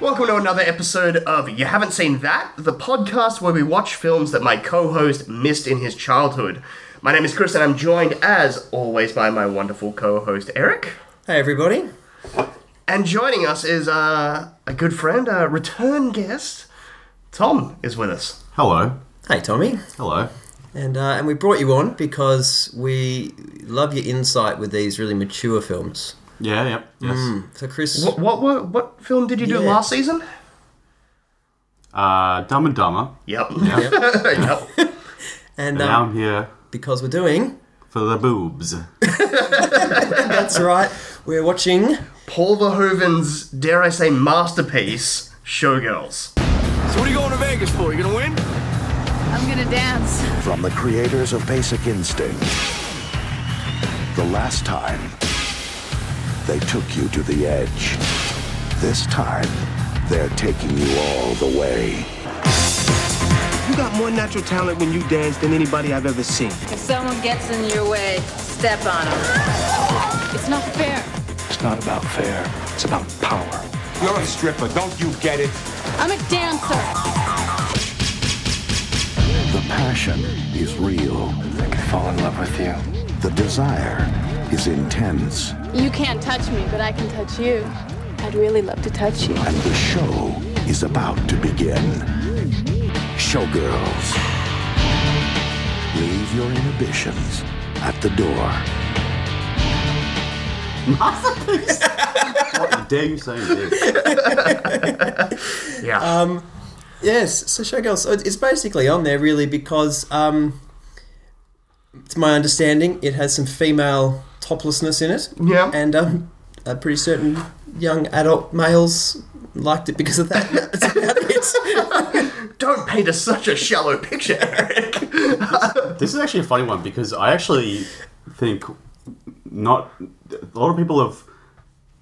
Welcome to another episode of You Haven't Seen That, the podcast where we watch films that my co host missed in his childhood. My name is Chris, and I'm joined, as always, by my wonderful co host, Eric. Hey everybody. And joining us is uh, a good friend, a return guest. Tom is with us. Hello. Hey Tommy. Hello. And uh, and we brought you on because we love your insight with these really mature films. Yeah, yep, yes. Hmm. So Chris, What, what, what, what film did you do Yeah. last season? Uh, Dumb and Dumber. Yep. Yep. Yep. and Now I'm um, here because we're doing for the boobs. that's right. We're watching. Paul Verhoeven's, dare I say, masterpiece, So Showgirls. what are you going to Vegas for? You gonna win? I'm gonna dance. From the creators of Basic Instinct, the last time they took you to the edge, this time they're taking you all the way. You got more natural talent when you dance than anybody I've ever seen. If someone gets in your way, step on them. It's not fair. It's not about fair, it's about power. You're a stripper, don't you get it? I'm a dancer. The passion is real. I could fall in love with you. The desire is intense, You can't touch me, but I can touch you. I'd really love to touch you. and the show is about to begin. Showgirls. Leave your inhibitions at the door. what dare you say this? Yeah. Yes, so Showgirls. so It's basically on there really because um, it's my understanding it has some female toplessness in it. Yeah. and um, I'm pretty certain young adult males liked it because of that. That's about it. Don't paint us such a shallow picture, Eric. This is actually a funny one because I actually think not a lot of people have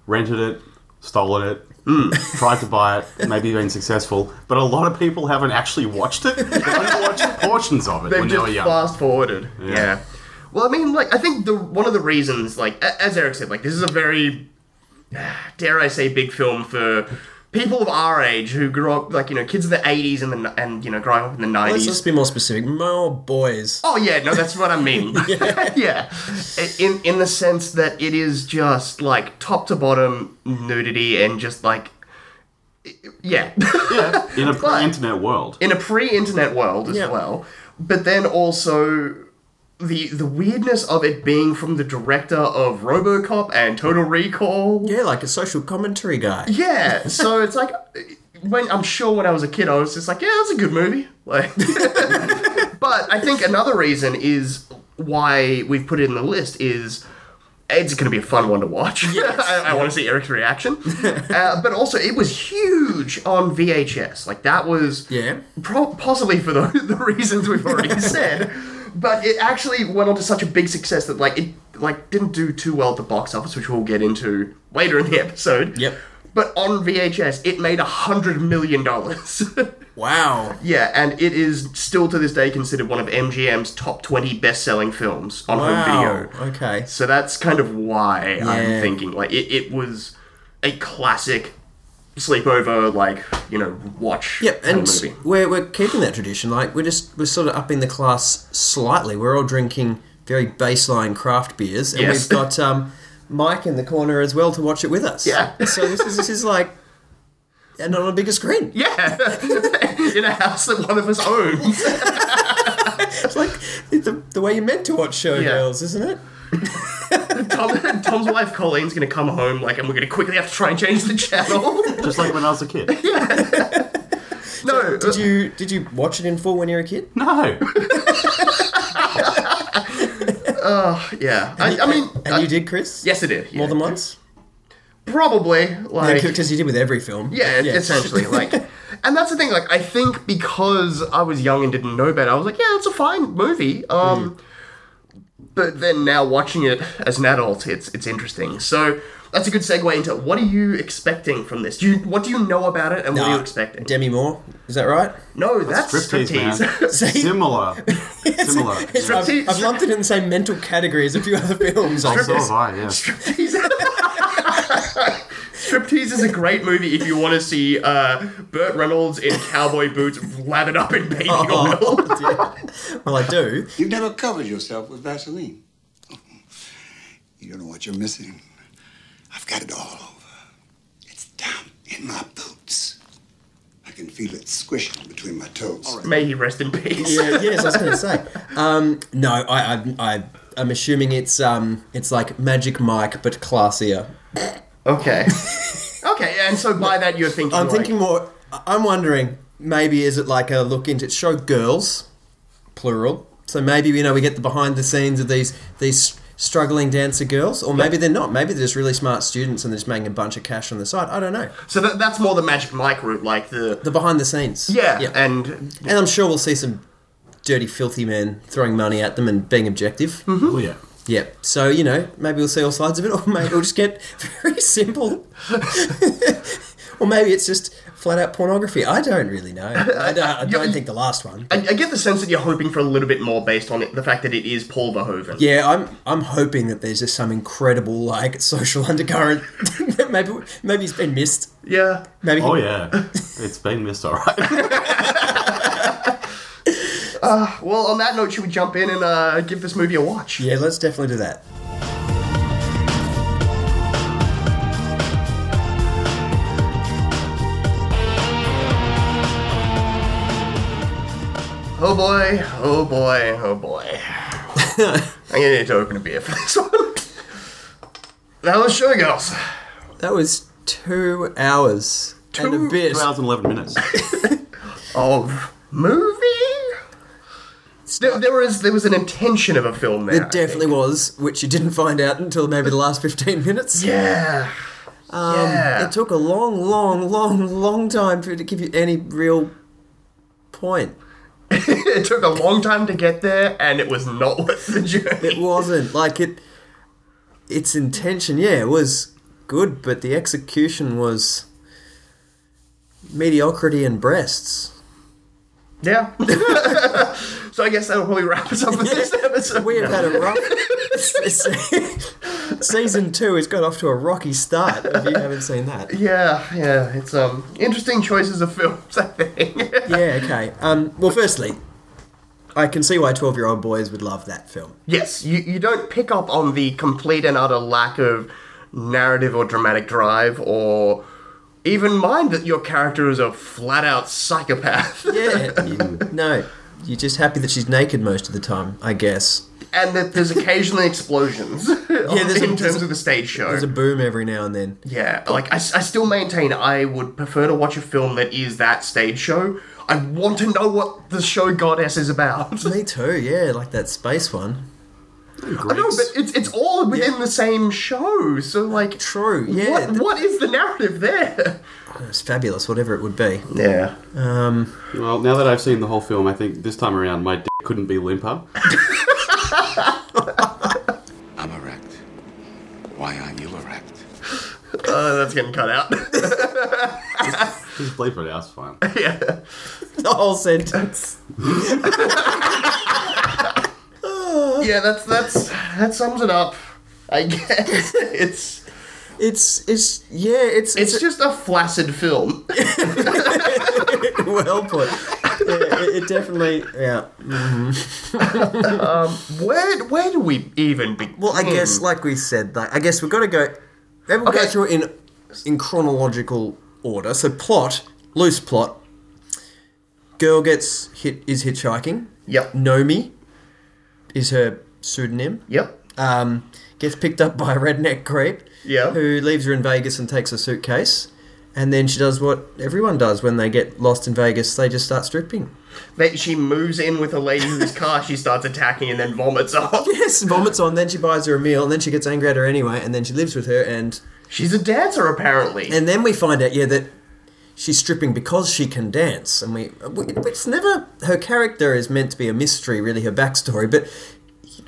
rented it, stolen it, Hmm. tried to buy it, maybe been successful, but a lot of people haven't actually watched it. They've only watched portions of it They've when they just were young. fast forwarded. Yeah. Well, I mean, like, I think the one of the reasons, like, a- as Eric said, like, this is a very, dare I say, big film for people of our age who grew up, like, you know, kids of the '80s and the and you know, growing up in the Let's '90s. just be more specific. More boys. Oh yeah, no, that's what I mean. yeah. in in the sense that it is just like top to bottom nudity and just like, yeah. Yeah, in a But- pre-internet world. in a pre-internet world as Yeah. well, but then also the the weirdness of it being from the director of RoboCop and Total Recall. Yeah, like a social commentary guy. Yeah, so it's like when I'm sure when I was a kid, I was just like, yeah, that's a good movie. Like, but I think another reason is why we've put it in the list is. It's going to be a fun one to watch. I, I want to see Eric's reaction. uh, but also, it was huge on VHS. Like, that was Yeah. Pro- possibly for the, the reasons we've already said, but it actually went on to such a big success that like it like didn't do too well at the box office, which we'll get into later in the episode. Yep. But on VHS, it made a hundred million dollars. Wow. yeah, and it is still to this day considered one of MGM's top twenty best-selling films on home Wow. video. Okay. So that's kind of why I'm Yeah. thinking like it, it was a classic sleepover like you know watch Yep, kind of and movie. we're, we're keeping that tradition. Like we're just we're sort of upping the class slightly. We're all drinking very baseline craft beers, and Yes. we've got um, Mike in the corner as well to watch it with us. Yeah. So this is this is like, and on a bigger screen. Yeah, in a house that one of us owns. It's like it's the, the way you're meant to watch showgirls, isn't it? Tom, Tom's wife Colleen's gonna come home, like, and we're gonna quickly have to try and change the channel. Just like when I was a kid. no, Did you did you watch it in full when you were a kid? No. yeah. I, I mean, and uh, you did, Chris. yes, it did. more yeah. than once. Probably, like, Because you did with every film. yeah, essentially, like, and that's the thing. Like, I think because I was young and didn't know better, I was like, yeah, it's a fine movie. Um, Mm. but then now watching it as an adult, it's it's interesting. So. That's a good segue into what are you expecting from this? Do you, what do you know about it, and what are you expecting? Demi Moore. Is that right? no, that's, Striptease, striptease. man. Similar. Similar. I've, Striptease. I've lumped it in the same mental category as a few other films. I So guess. have I, yeah. striptease. Striptease is a great movie if you want to see uh, Burt Reynolds in cowboy boots lathered up in baby Oh. oil. Well, I do. You've never covered yourself with Vaseline. You don't know what you're missing. I've got it all over. It's down in my boots. I can feel it squishing between my toes. May he rest in peace. Yeah, yes, I was going to say. Um, no, I, I, I, I'm assuming it's um, it's like Magic Mike but classier. Okay. okay, and so by that you're thinking. I'm like, thinking more. I- I'm wondering maybe is it like a look into show girls, plural. So maybe you know we get the behind the scenes of these these struggling dancer girls, or maybe they're not. Maybe they're just really smart students and they're just making a bunch of cash on the side. I don't know. So that, that's more the Magic Mike route, like the. The behind the scenes. yeah, yeah. And, and and I'm sure we'll see some dirty, filthy men throwing money at them and being objective. Oh, yeah. Yeah. So you know, maybe we'll see all sides of it, or maybe we'll just get very simple, or maybe it's just flat out pornography. I don't really know. I don't, I don't think the last one. I, I get the sense that you're hoping for a little bit more based on it, the fact that it is Paul Verhoeven. Yeah, I'm I'm hoping that there's just some incredible like social undercurrent. that maybe maybe he's been missed. Yeah. Maybe Oh, yeah. It's been missed, all right. Well, on that note, should we jump in and uh, give this movie a watch? yeah. Let's definitely do that. Oh boy, oh boy, oh boy. I'm gonna need to open a beer for this one. That was Showgirls. That was two hours and a bit. 2 hours and 11 minutes. Of movie? There, there was there was an intention of a film there. It I definitely think. was, which you didn't find out until maybe the last fifteen minutes. Yeah. yeah. Um, It took a long, long, long, long time for it to give you any real point. it took a long time to get there, and it was not worth the journey. It wasn't like it. Its intention, yeah, it was good, but the execution was mediocrity and breasts. Yeah. so I guess that'll probably wrap us up for this episode. We have had a rough season two. It's got off to a rocky start. If you haven't seen that, Yeah, yeah. It's um interesting choices of films, I think. yeah, okay. Um, well, firstly, I can see why twelve-year-old boys would love that film. yes, you, you don't pick up on the complete and utter lack of narrative or dramatic drive or even mind that your character is a flat out psychopath. Yeah. no, you're just happy that she's naked most of the time, I guess. and that there's occasionally explosions. Yeah, there's a- in there's terms a- of the stage show. There's a boom every now and then. Yeah, like I, s- I still maintain I would prefer to watch a film that is that stage show. I want to know what the show goddess is about. Me too, yeah, like that space one. I know, but it's it's all within the same show. So like, True, yeah. what what is the narrative there? It's fabulous, whatever it would be. Yeah, Well, now that I've seen the whole film, I think this time around my dick couldn't be limper. I'm erect. Why aren't you erect? uh, that's getting cut out. Just bleep it out, it's fine. yeah, The whole sentence. yeah, that's that's that sums it up. I guess it's It's it's yeah, it's it's, it's just a flaccid film. well put. Yeah, it, it definitely yeah. Where where do we even begin? Well, I guess like we said, like I guess we've got to go. Maybe we'll Okay. go through it in in chronological order. So plot, loose plot. Girl gets hit is hitchhiking. Hmm. Yep. Nomi is her pseudonym. Yep. Um, gets picked up by a redneck creep. Yeah. Who leaves her in Vegas and takes a suitcase. And then she does what everyone does when they get lost in Vegas. They just start stripping. That she moves in with a lady whose car she starts attacking and then vomits on. Yes, vomits on. Then she buys her a meal, and then she gets angry at her anyway. And then she lives with her, and She's a dancer, apparently. And then we find out, yeah, that she's stripping because she can dance, and we, we it's never her character is meant to be a mystery, really, her backstory, but.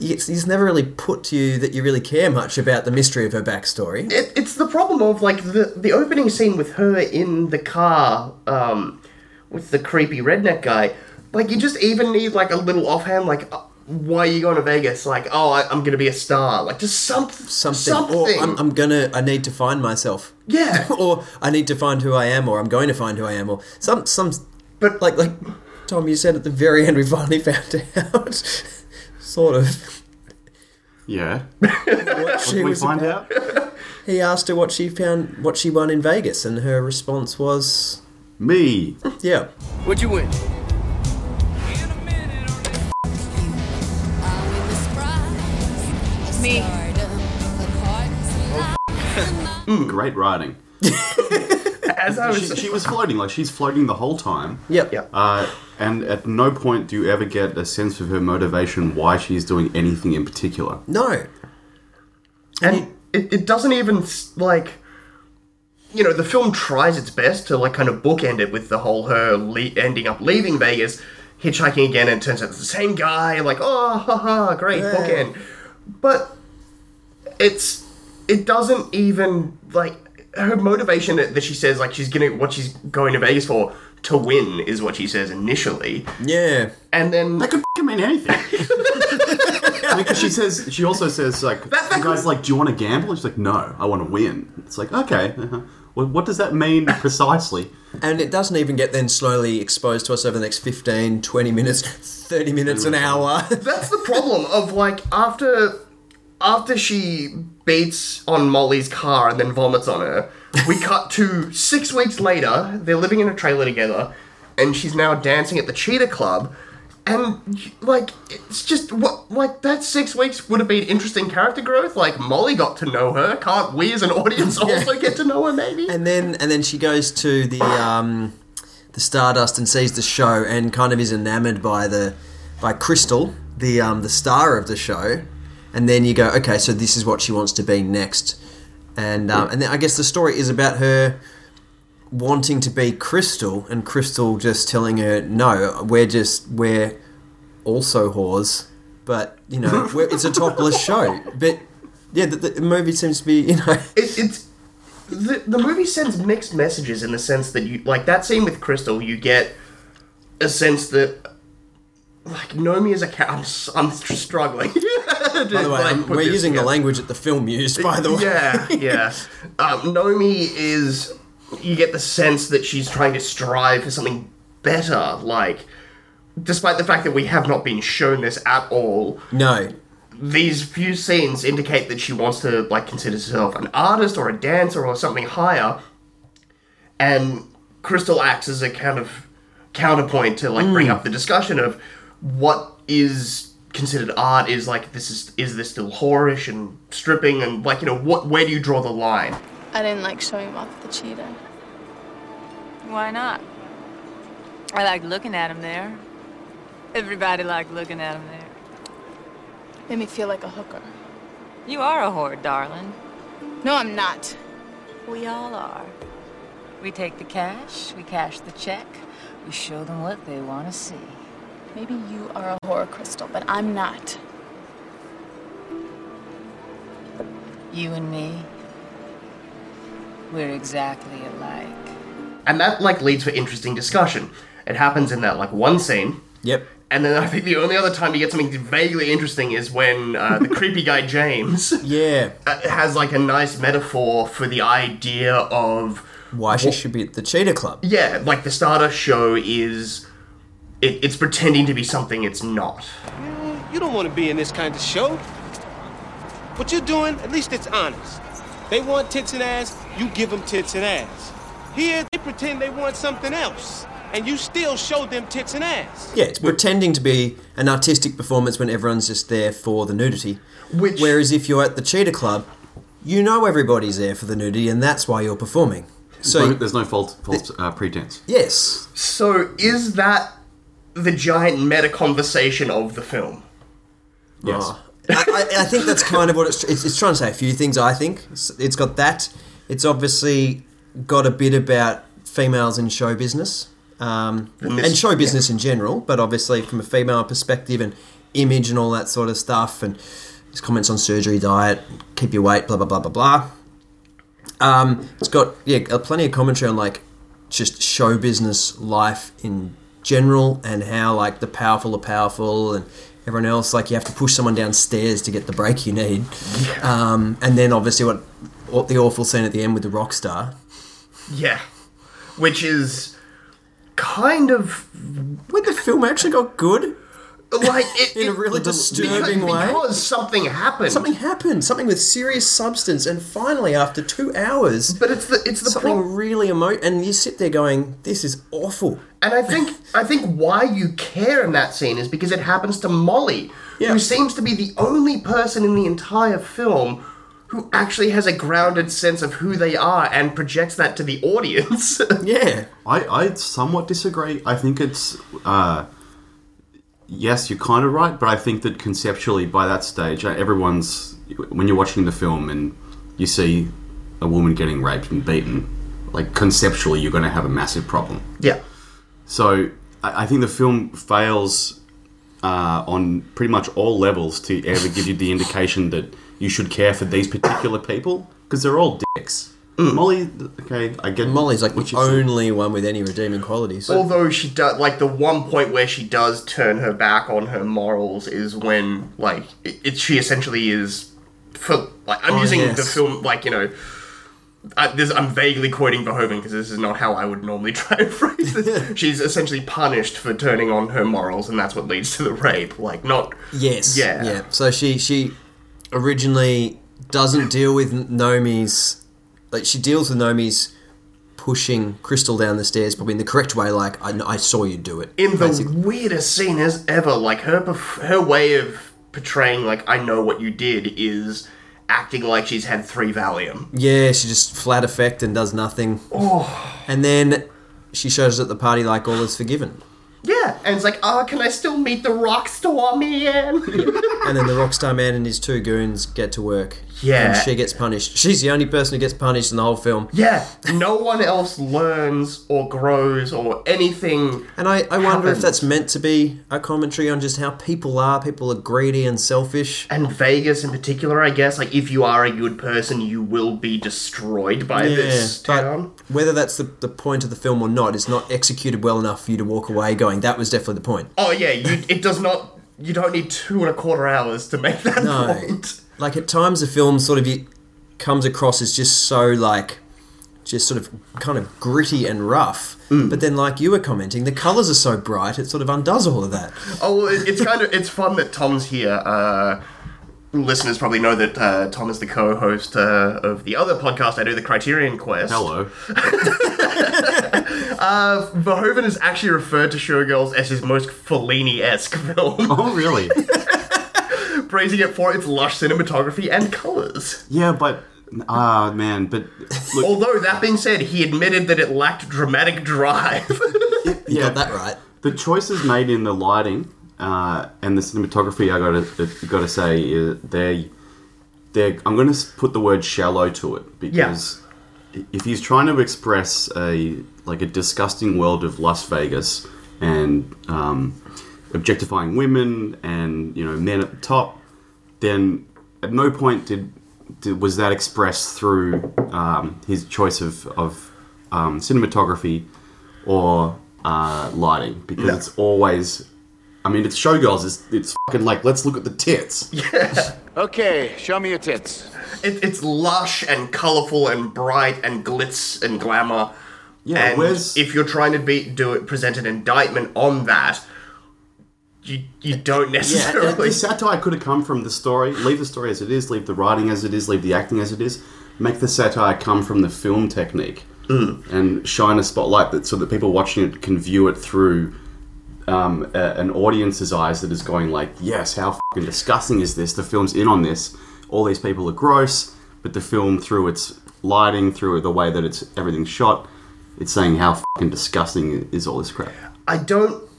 It's, it's never really put to you that you really care much about the mystery of her backstory. it, it's the problem of like the the opening scene with her in the car um, with the creepy redneck guy. Like you just even need like a little offhand, like uh, why are you going to Vegas? Like, oh, I, I'm going to be a star. Like, just some, something. something. Or I'm, I'm gonna. I need to find myself. Yeah. or I need to find who I am, or I'm going to find who I am, or some some. But- like like Tom, you said at the very end, we finally found out. sort of. Yeah. What she Did we was find about. out? He asked her what she found, what she won in Vegas, and her response was, Me. "Yeah, What'd you win? Me. Great writing. As I was, She, she was floating, like she's floating the whole time. yep, yeah. Uh, and at no point do you ever get a sense of her motivation why she's doing anything in particular. no." and it, it doesn't even like you know the film tries its best to like kind of bookend it with the whole her le- ending up leaving vegas hitchhiking again and it turns out it's the same guy like oh haha great bookend but it's it doesn't even like her motivation that, that she says like she's gonna what she's going to vegas for to win is what she says initially Yeah, and then That could f***ing mean anything. because she says, she also says, like, That- that the guy's could- like, do you want to gamble? And she's like, no, I want to win. It's like, okay. uh-huh. Well, what does that mean precisely? and it doesn't even get then slowly exposed to us over the next 15, 20 minutes, 30 minutes, an hour. that's the problem of like after after she beats on Molly's car and then vomits on her, we cut to six weeks later. They're living in a trailer together, and she's now dancing at the Cheetah Club. And like, it's just what like that six weeks would have been interesting character growth. Like Molly got to know her. Can't we as an audience also get to know her? Maybe. and then and then she goes to the um, the Stardust and sees the show and kind of is enamored by the by Crystal, the um, the star of the show. And then you go, okay, so this is what she wants to be next. And um, and then I guess the story is about her wanting to be Crystal and Crystal just telling her, no, we're just we're also whores, but you know we're, it's a topless show. But yeah, the, the movie seems to be you know. it, it's the, the movie sends mixed messages in the sense that you like that scene with Crystal, you get a sense that like Nomi is a cat. I'm, s- I'm str- struggling. By the way, I'm- we're using the language that the film used, by the way. Yeah, yeah. Um, Nomi is. You get the sense that she's trying to strive for something better. Like, despite the fact that we have not been shown this at all, No. these few scenes indicate that she wants to like consider herself an artist or a dancer or something higher and crystal acts as a kind of counterpoint to like bring up the discussion of what is considered art is like this is is this still whorish and stripping and like you know what where do you draw the line I didn't like showing him off the cheetah. Why not? I liked looking at him there. Everybody liked looking at him there. Made me feel like a hooker. You are a whore, darling. No, I'm not. We all are. We take the cash, we cash the check, we show them what they want to see. Maybe you are a horror crystal, but I'm not. You and me, we're exactly alike. and that like leads for interesting discussion it happens in that like one scene Yep. and then I think the only other time you get something vaguely interesting is when uh, the creepy guy James Yeah. uh, has like a nice metaphor for the idea of Why she should be at the Cheetah Club. yeah, like the Stardust show is it, it's pretending to be something it's not. Mm, You don't want to be in this kind of show. What you're doing, at least it's honest. They want tits and ass, you give them tits and ass. Here, they pretend they want something else, and you still show them tits and ass. Yeah, it's pretending to be an artistic performance when everyone's just there for the nudity. Which- Whereas if you're at the Cheetah Club, you know everybody's there for the nudity and that's why you're performing. No, So, there's no false, false uh, pretense. yes. So is that the giant meta conversation of the film? Yes. I, I, I think that's kind of what it's, it's, it's trying to say. A few things, I think. It's, it's got that. It's obviously got a bit about females in show business um, this- and show business in general, but obviously from a female perspective and image and all that sort of stuff. And his comments on surgery, diet, keep your weight, blah, blah, blah, blah, blah. Um, it's got yeah uh, plenty of commentary on like just show business life in general and how like the powerful are powerful and everyone else, like you have to push someone downstairs to get the break you need. Um, and then obviously what, what the awful scene at the end with the rock star. Yeah. Which is kind of when the film actually got good. like it, In a it- really because- disturbing way. because something happened. Something happened, something with serious substance, and finally, after two hours, but it's the it's the something problem. really emo, and you sit there going, "This is awful." And I think I think why you care in that scene is because it happens to Molly, Yeah. who seems to be the only person in the entire film who actually has a grounded sense of who they are and projects that to the audience. Yeah, I, I somewhat disagree. I think it's uh, yes, you're kind of right, but I think that conceptually, by that stage, uh, everyone's when you're watching the film and you see a woman getting raped and beaten, like conceptually, you're going to have a massive problem. yeah. So I, I think the film fails uh, on pretty much all levels to ever give you the indication that you should care for these particular people because they're all dicks. Molly, okay, I get Mm. Molly's like what the you're saying. only one with any redeeming qualities. Although she does, like the one point where she does turn her back on her morals is when, like, it, it she essentially is, for like, I'm Oh, using yes. the film, like, you know, I, this, I'm vaguely quoting Verhoeven because this is not how I would normally try and phrase this. She's essentially punished for turning on her morals, and that's what leads to the rape. Like, not Yes. Yeah. Yeah. So she she originally doesn't deal with Nomi's like she deals with Nomi's pushing Crystal down the stairs, probably in the correct way. Like I, I saw you do it. in the basically. weirdest scene as ever. Like her perf- her way of portraying, like, I know what you did is acting like she's had three Valium. yeah, she just flat effect and does nothing. Oh. And then she shows at the party like all is forgiven. Yeah, and it's like, oh, can I still meet the rock star man? And then the Rockstar Man and his two goons get to work. Yeah. And she gets punished. She's the only person who gets punished in the whole film. yeah, no one else learns or grows or anything. And I, I wonder if happens. that's meant to be a commentary on just how people are. People are greedy and selfish. And Vegas in particular, I guess, like if you are a good person, you will be destroyed by this but town. whether that's the, the point of the film or not, it's not executed well enough for you to walk away going, that was definitely the point. Oh yeah, you, it does not. You don't need two and a quarter hours to make that No. point. Like at times the film sort of it comes across as just so like, just sort of kind of gritty and rough. But then, like you were commenting, the colours are so bright, it sort of undoes all of that. Oh, well, it, it's kind of it's fun that Tom's here. Uh, listeners probably know that uh, Tom is the co-host uh, of the other podcast I do, the Criterion Quest. Hello. Verhoeven has actually referred to Showgirls as his most Fellini-esque film, Oh, really? praising it for its lush cinematography and colors. yeah, but ah, man, but look, Although that being said, he admitted that it lacked dramatic drive. yeah, Got that right. the choices made in the lighting uh, and the cinematography, I gotta gotta say, is they they I'm gonna s- put the word shallow to it because if he's trying to express a like a disgusting world of Las Vegas and um, objectifying women and you know men at the top, then at no point did, did was that expressed through um, his choice of of um, cinematography or uh, lighting because it's always. I mean, it's showgirls. It's it's fucking like let's look at the tits. Okay, show me your tits. it, it's lush and colorful and bright and glitz and glamour. Yeah, and where's- if you're trying to be do it, present an indictment on that, you you don't necessarily. The satire could have come from the story. Leave the story as it is. Leave the writing as it is. Leave the acting as it is. Make the satire come from the film technique and shine a spotlight that so that people watching it can view it through um, a, an audience's eyes that is going like, yes, how fucking disgusting is this? The film's in on this. All these people are gross, but the film through its lighting, through the way that it's everything's shot, it's saying how fucking disgusting is all this crap. I don't.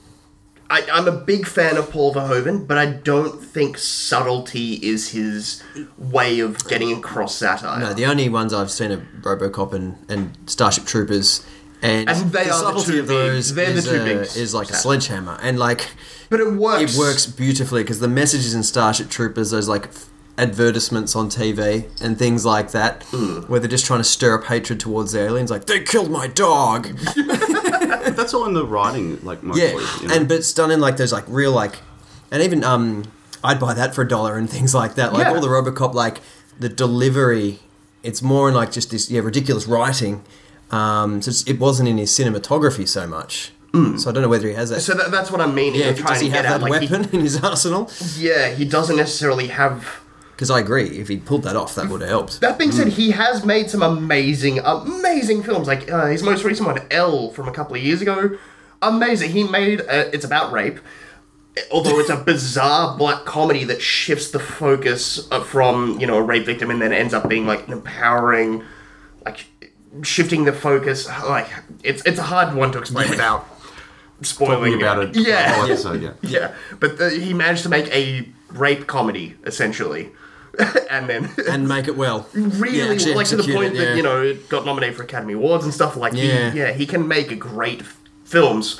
I, I'm a big fan of Paul Verhoeven, but I don't think subtlety is his way of getting across satire. No, the only ones I've seen are RoboCop and, and Starship Troopers, and, And they the are the subtlety two of those big- they're the is, two a- bigs. is like a Exactly. sledgehammer, and like but it works. it works beautifully because the messages in Starship Troopers, those like f- advertisements on TV and things like that, Mm. where they're just trying to stir up hatred towards the aliens, like they killed my dog, That's all in the writing, like mostly. yeah, you know? and but it's done in like those like real like And even um, I'd buy that for a dollar and things like that. Like Yeah. all the Robocop, like the delivery, it's more in like just this yeah ridiculous writing. Um, so it's- it wasn't in his cinematography so much. So I don't know whether he has that. Hmm. So that, that's what I'm meaning. yeah, I'm if- does trying to he get have at. that Like, he- weapon in his arsenal? yeah, he doesn't necessarily have. Because I agree, if he pulled that off, that would have helped. That being said, Hmm. he has made some amazing, amazing films. Like uh, his most recent one, L, from a couple of years ago. Amazing. He made uh, it's about rape, although it's a bizarre black comedy that shifts the focus uh, from you know a rape victim and then ends up being like an empowering, like shifting the focus. Like it's it's a hard one to explain without spoiling Talking about it. Yeah. the whole episode, yeah. Yeah, but the, he managed to make a rape comedy essentially, and then And make it well. really Yeah, actually like to the execute point it, that yeah. you know it got nominated for Academy Awards and stuff. Like, yeah, Yeah. he, yeah, he can make great f- films,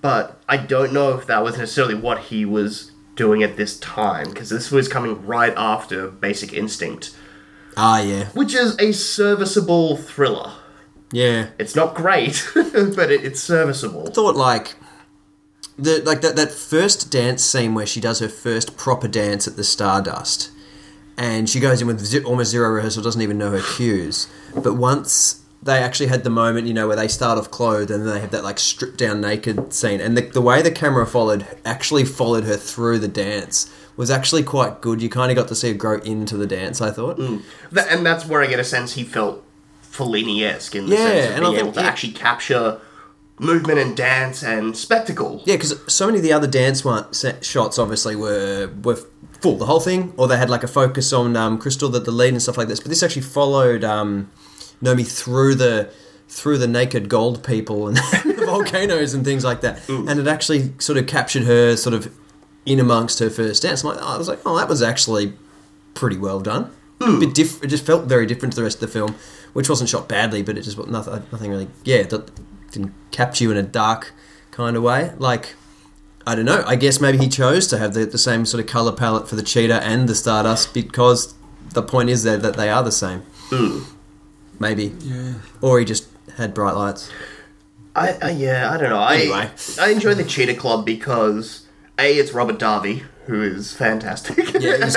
but I don't know if that was necessarily what he was doing at this time because this was coming right after Basic Instinct, Ah, yeah. which is a serviceable thriller. Yeah. It's not great, but it, it's serviceable. thought like the like that that first dance scene where she does her first proper dance at the Stardust, and she goes in with zi- almost zero rehearsal, doesn't even know her cues. But once they actually had the moment, you know, where they start off clothed and then they have that like stripped down naked scene, and the, the way the camera followed actually followed her through the dance was actually quite good. You kind of got to see her grow into the dance. I thought. Th- and that's where I get a sense he felt Fellini-esque in the Yeah, sense of and being I able think- to yeah. actually capture movement and dance and spectacle. Yeah, because so many of the other dance one, se- shots obviously were were full the whole thing, or they had like a focus on um, Crystal, the, the lead, and stuff like this. But this actually followed um, Nomi through the through the naked gold people and the volcanoes and things like that, and it actually sort of captured her sort of in amongst her first dance. I'm like, I was like, oh, that was actually pretty well done. A bit diff- it just felt very different to the rest of the film, which wasn't shot badly, but it just wa- nothing, nothing really. Yeah, that didn't capture you in a dark kind of way. Like, I don't know. I guess maybe he chose to have the, the same sort of color palette for the cheetah and the stardust because the point is that, that they are the same. Maybe. Yeah. Or he just had bright lights. I, I yeah, I don't know. I Anyway. I enjoy the Cheetah Club because a it's Robert Darby who is fantastic. Yeah, it was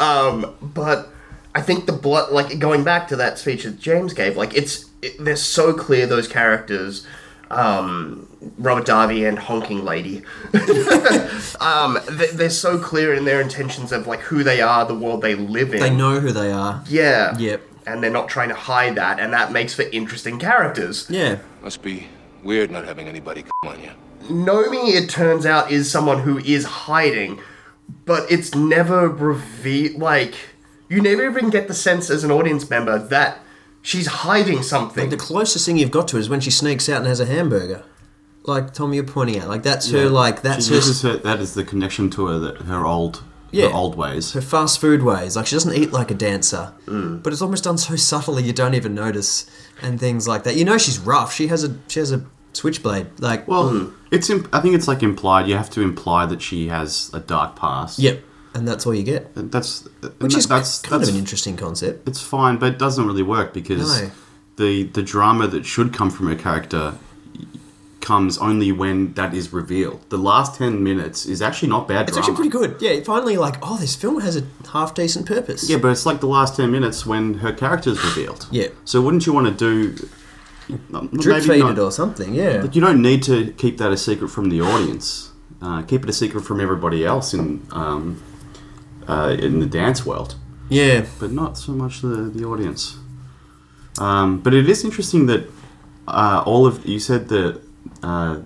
um, but I think the blood, like going back to that speech that James gave, like it's it, they're so clear those characters, um, Robert Darby and Honking Lady. um, they, they're so clear in their intentions of like who they are, the world they live in. They know who they are. Yeah. Yep. And they're not trying to hide that, and that makes for interesting characters. Yeah. Must be weird not having anybody come on you. Nomi, it turns out, is someone who is hiding, but it's never revealed. Like, you never even get the sense as an audience member that she's hiding something. The closest thing you've got to is when she sneaks out and has a hamburger. Like Tom, you're pointing out. Like that's her. Like that's She her. uses her, that is the connection to her that her old Yeah. her old ways. her fast food ways. Like she doesn't eat like a dancer, Hmm. but it's almost done so subtly you don't even notice, and things like that. You know she's rough. She has a she has a switchblade. Like Well, it's imp- I think it's like implied. You have to imply that she has a dark past. yep, and that's all you get, And that's which is that's kind that's of an interesting concept. it's fine, but it doesn't really work because No. the the drama that should come from a character comes only when that is revealed. The last ten minutes is actually not bad. It's drama. actually pretty good. Yeah, finally like oh this film has a half decent purpose. Yeah, but it's like the last ten minutes when her character is revealed. Yeah. So wouldn't you want to do? drip Maybe feed not, it or something. Yeah, But you don't need to keep that a secret from the audience. Uh, keep it a secret from everybody else in um, uh, in the dance world, yeah. but not so much the the audience. Um, but it is interesting that uh, all of you said that uh,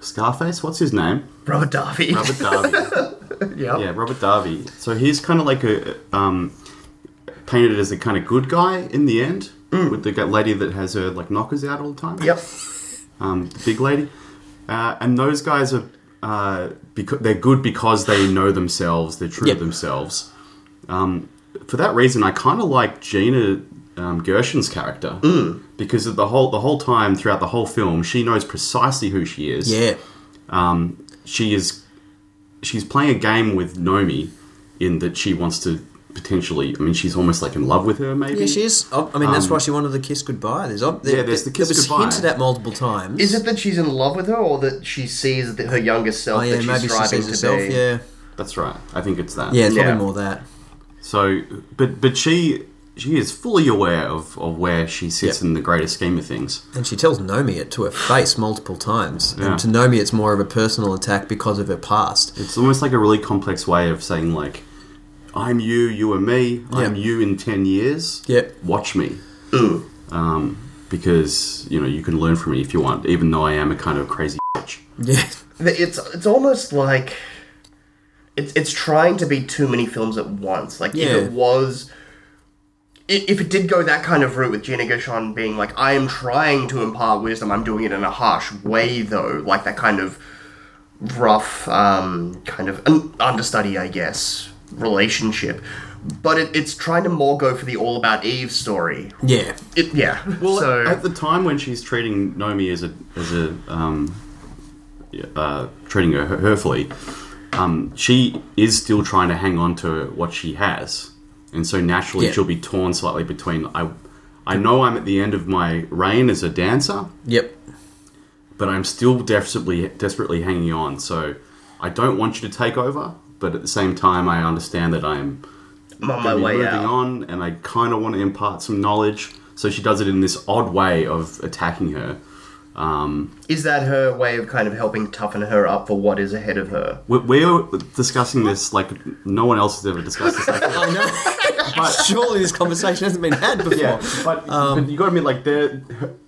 Scarface. What's his name? Robert Darby. Robert Darby. Yep. yeah, Robert Darby. So he's kind of like a um, painted as a kind of good guy in the end Mm. with the lady that has her like knockers out all the time Yep. um, the big lady. Uh, and those guys are uh, because they're good because they know themselves. They're true Yep. to themselves. Um, for that reason, I kind of like Gina um, Gershon's character Mm. because of the whole the whole time throughout the whole film, she knows precisely who she is. Yeah, she is she's playing a game with Nomi in that she wants to potentially. I mean, she's almost like in love with her. Maybe Yeah, she is. I mean, that's Um, why she wanted the kiss goodbye. There's, ob- there, Yeah, there's the there kiss was goodbye. hinted at multiple times. Is it that she's in love with her, or that she sees that her younger self Oh yeah, that she's maybe she striving sees to herself. be? Yeah, That's right. I think it's that. yeah, it's Yeah. probably more that. So, but but she she is fully aware of of where she sits Yep. in the greater scheme of things. And she tells Nomi it to her face multiple times. Yeah. And to Nomi, it's more of a personal attack because of her past. It's almost like a really complex way of saying like, I'm you, you are me. I'm Yeah. you in ten years. Yep. Watch me. Um, because you know you can learn from me if you want, even though I am a kind of crazy bitch. Yeah, It's it's almost like it's it's trying to be too many films at once. Like Yeah. if it was, i- if it did go that kind of route with Gina Gershon being like, I am trying to impart wisdom, I'm doing it in a harsh way though, like that kind of rough, um, kind of un- understudy, I guess, relationship. But it, it's trying to more go for the all about Eve story. yeah, It, yeah. Well, so, at the time when she's treating Nomi as a as a um, yeah, uh, treating her hurtfully, um, she is still trying to hang on to what she has, and so naturally Yeah. she'll be torn slightly between I, I know I'm at the end of my reign as a dancer, yep, but I'm still desperately desperately hanging on. So I don't want you to take over, but at the same time I understand that I'm I'm on my gonna be way moving out. on, and I kind of want to impart some knowledge. So she does it in this odd way of attacking her. Um, Is that her way of kind of helping toughen her up for what is ahead of her? We're, we're discussing this like no one else has ever discussed this. Like, I know. Surely this conversation hasn't been had before. yeah, but, Um, but you got to admit, like there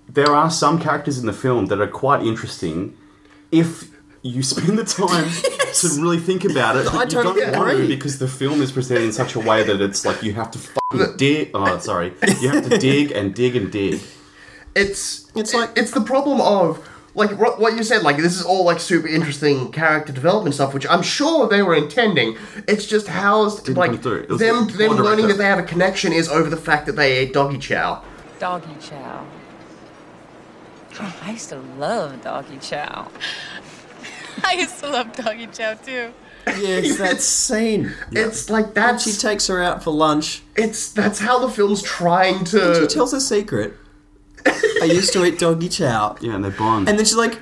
there are some characters in the film that are quite interesting if you spend the time to really think about it. But I you don't totally want to agree. because the film is presented in such a way that it's like you have to fucking dig. Oh, sorry, you have to dig and dig and dig. It's It's like- it's the problem of like what what you said. Like this is all like super interesting character development stuff, which I'm sure they were intending. It's just housed come like through. It was them the them poor learning director. that they have a connection is over the fact that they ate doggy chow. Doggy chow. Oh, I used to love doggy chow. I used to love doggy chow too. Yeah, it's that scene. It's like And she that's takes her out for lunch. it's that's how the film's trying to. She tells her secret. I used to eat doggy chow. Yeah, and they bond. And then she's like,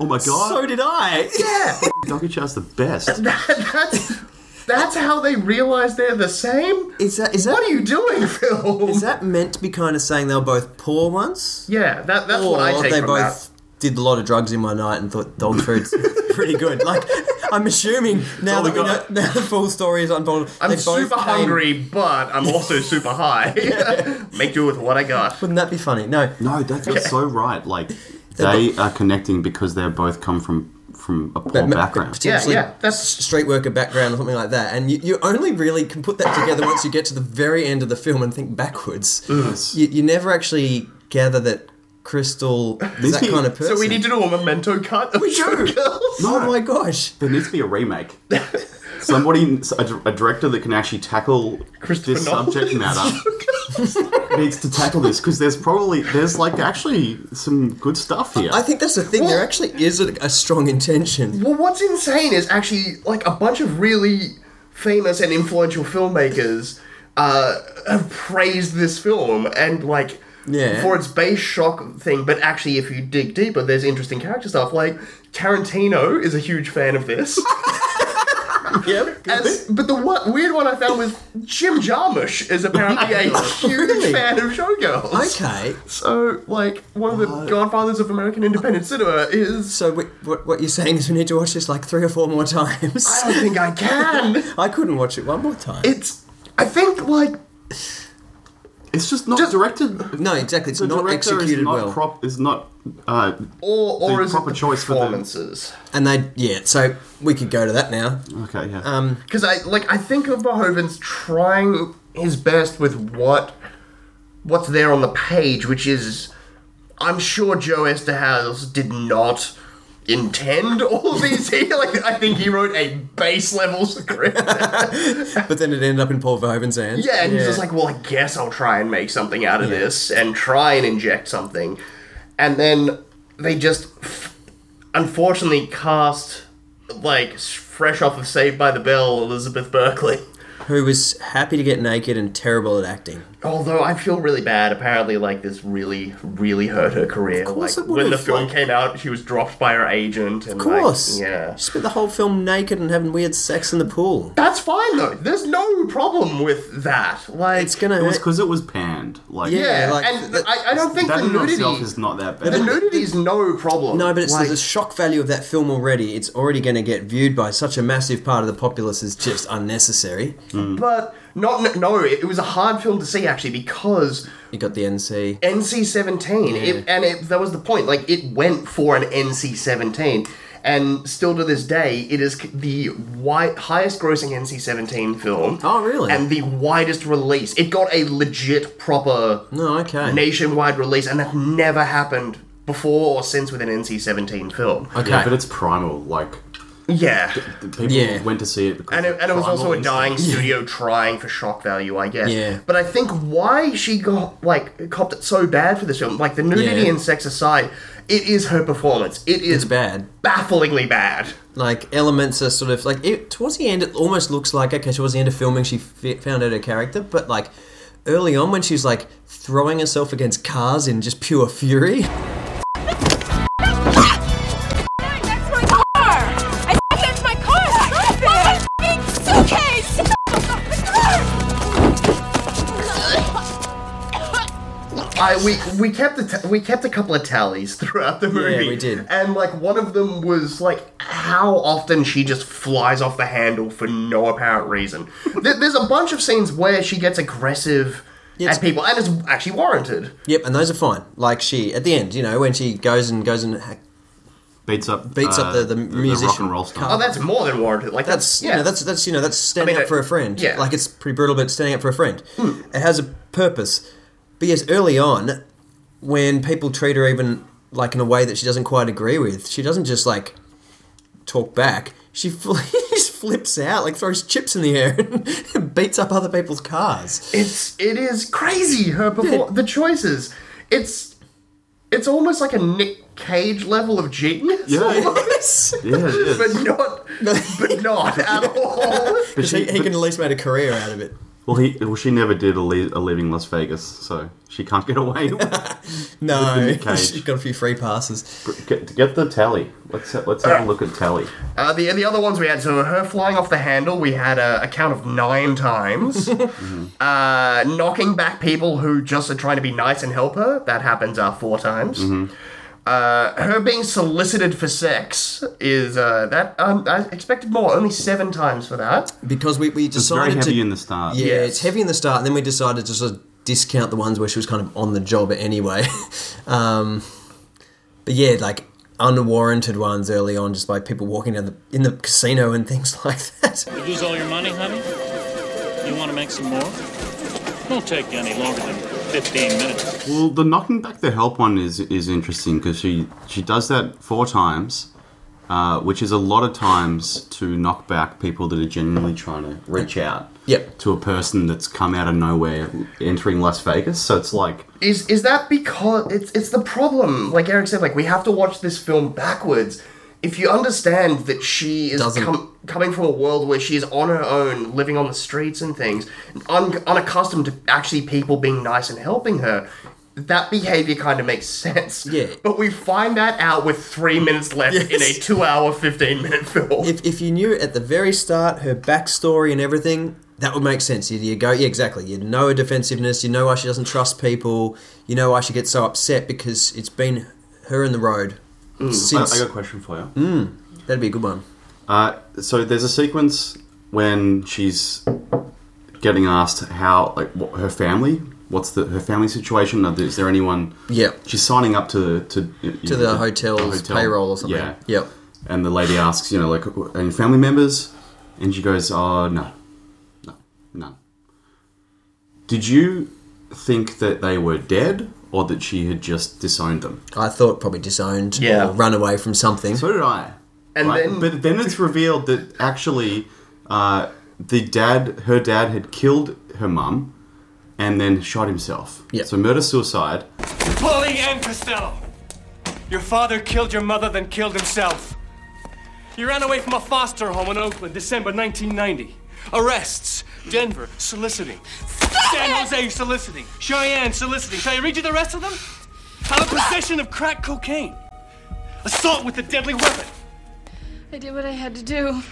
oh my god, so did I. yeah, Doggy Chow's the best. that's that's how they realize they're the same. Is that, is that, What are you doing, Phil? is that meant to be kind of saying they were both poor once? Yeah, that, that's or what I take Oh, they from both did a lot of drugs in one night and thought dog food's pretty good. Like, I'm assuming now all that we we know, got. now the full story is unfolded. that. I'm they both super came- hungry, but I'm also super high. Make do with what I got. Wouldn't that be funny? No, No, that's that's so right. Like they are connecting because they both come from from a poor But- but background. Yeah, potentially yeah, that's street worker background or something like that. And you, you only really can put that together once you get to the very end of the film and think backwards. You, you never actually gather that Crystal is that kind of person. so we need to do a memento cut. Of we do. Girls. Oh my gosh! There needs to be a remake. Somebody, a, dir- a director that can actually tackle Christopher this Nolan. subject matter needs to tackle this because there's probably there's like actually some good stuff here. I think that's the thing. There Well- actually is a, a strong intention. Well, what's insane is actually like a bunch of really famous and influential filmmakers uh, have praised this film and like Yeah. for its base shock thing. But actually, if you dig deeper, there's interesting character stuff. Like Tarantino is a huge fan of this. Yep. As- but the one, weird one I found was Jim Jarmusch is apparently a Oh, huge Really? fan of Showgirls. Okay. So, like, one of the godfathers of American independent cinema is. So we, what, what you're saying is we need to watch this like three or four more times. I don't think I can. I couldn't watch it one more time. It's. I think, like, it's just not Just- directed. no, exactly. It's The not director executed is not well. prop is not. Uh, or or The is proper it the choice for the- performances? and they, yeah. So we could go to that now. okay, yeah. Because I like, I think of Verhoeven's trying his best with what what's there on the page, which is, I'm sure Joe Esterhaz did not intend all of these. He, like, I think he wrote a base level script. But then it ended up in Paul Verhoeven's hands. Yeah, and he's just like, well, I guess I'll try and make something out of this and try and inject something. And then they just f- unfortunately cast, like, s- fresh off of Saved by the Bell, Elizabeth Berkley. who was happy to get naked and terrible at acting. Although I feel really bad, apparently, like this really, really hurt her career. course like it when the would've, film like- came out, she was dropped by her agent. And, Of course. like, yeah. She spent the whole film naked and having weird sex in the pool. That's fine though. There's no problem with that. Like, It's gonna. It was because it was panned. Like yeah, yeah, like, and that- I, I don't think that the in nudity, itself is not that the bad. nudity is no problem. No, but it's like, the shock value of that film already. It's already going to get viewed by such a massive part of the populace is just unnecessary. but not no. It, it was a hard film to see actually because You got the NC. NC-17, it, and it, that was the point. Like it went for an NC-17, and still to this day, it is c- the wi- highest-grossing NC-17 film. Oh, really? And the widest release. It got a legit proper No, okay. nationwide release, and that never happened before or since with an NC-17 film. okay. Yeah, but it's primal. Like Yeah. the people Yeah. went to see it because And it, of and it was primal also a instinct. dying studio trying for shock value, I guess. Yeah. But I think why she got like copped it so bad for this film, like the nudity Yeah. and sex aside, it is her performance. It is It's bad. bafflingly bad. Like elements are sort of like it, towards the end. It almost looks like okay. Towards the end of filming, she f- found out her character, but like early on when she's like throwing herself against cars in just pure fury. That's my car! I think that's my car! Stop it! my fucking suitcase! I we we kept a t- we kept a couple of tallies throughout the movie. we did. And like one of them was like how often she just flies off the handle for no apparent reason. There- There's a bunch of scenes where she gets aggressive Yes. at people, and it's actually warranted. Yep, and those are fine. Like she at the end, you know, when she goes and goes and ha- beats up Beats up the- the rock musician. and roll star. Oh, that's more than warranted. Like that's that's, you know that's that's you know that's standing I mean, up for uh, a friend. yeah. Hmm. like it's pretty brutal, but standing up for a friend. It has a purpose. But yes, early on, when people treat her even like in a way that she doesn't quite agree with, she doesn't just like talk back. She fl- just flips out, like throws chips in the air and beats up other people's cars. it's it is crazy. Her before the choices, it's it's almost like a Nick Cage level of genius. Yeah, it Yes. yeah, it is. But not, but not at all. Because he, she- he can at least make a career out of it. Well, he well, she never did a, le- a leaving Las Vegas, so she can't get away. with- No, Nick Cage. she's got a few free passes. get, get the tally. Let's ha- let's have a look at tally. Uh, the the other ones we had, so her flying off the handle, we had a, a count of nine times. uh, knocking back people who just are trying to be nice and help her, that happens uh, four times. Mm-hmm. Uh, her being solicited for sex is uh, that um, I expected more, only seven times for that. Because we, we It's very decided heavy to in the start. Yeah, Yes. it's heavy in the start, and then we decided to sort of discount the ones where she was kind of on the job anyway. um, but yeah, like unwarranted ones early on, just like people walking down the in the casino and things like that. Lose all your money, honey? You want to make some more? Won't take any longer than 15 minutes. Well, the knocking back the help one is is interesting because she she does that four times, uh, which is a lot of times to knock back people that are genuinely trying to reach out. Yep. To a person that's come out of nowhere, entering Las Vegas. So it's like Is is that because it's it's the problem? Like Eric said, like we have to watch this film backwards. If you understand that she is Doesn't- com- coming from a world where she is on her own, living on the streets and things, un- unaccustomed to actually people being nice and helping her, that behavior kind of makes sense. Yeah. But we find that out with three minutes left in a Yes. two-hour, fifteen-minute film. If if you knew at the very start her backstory and everything, that would make sense. You, you go, yeah, exactly. You know her defensiveness. You know why she doesn't trust people. You know why she gets so upset because it's been her and the road Hmm. I, I since. got a question for you. Mm. That'd be a good one. Uh, so there's a sequence when she's getting asked how, like, what, her family. What's the her family situation? Are there- Is there anyone? Yeah. She's signing up to to To the hotel's payroll or something. Yeah. Yep. And the lady asks, you know, like, any family members? And she goes, oh no, no, none. Did you think that they were dead or that she had just disowned them? I thought probably disowned Yeah. or run away from something. So did I. And Right? then- but then it's revealed that actually, uh, the dad, her dad, had killed her mum, and then shot himself. Yeah. So murder suicide. Polly and Costello! Your father killed your mother, then killed himself. You ran away from a foster home in Oakland, December 1990. Arrests, Denver, soliciting. San Jose, soliciting. Cheyenne, soliciting. Shall I read you the rest of them? I'm in possession of crack cocaine. Assault with a deadly weapon. I did what I had to do.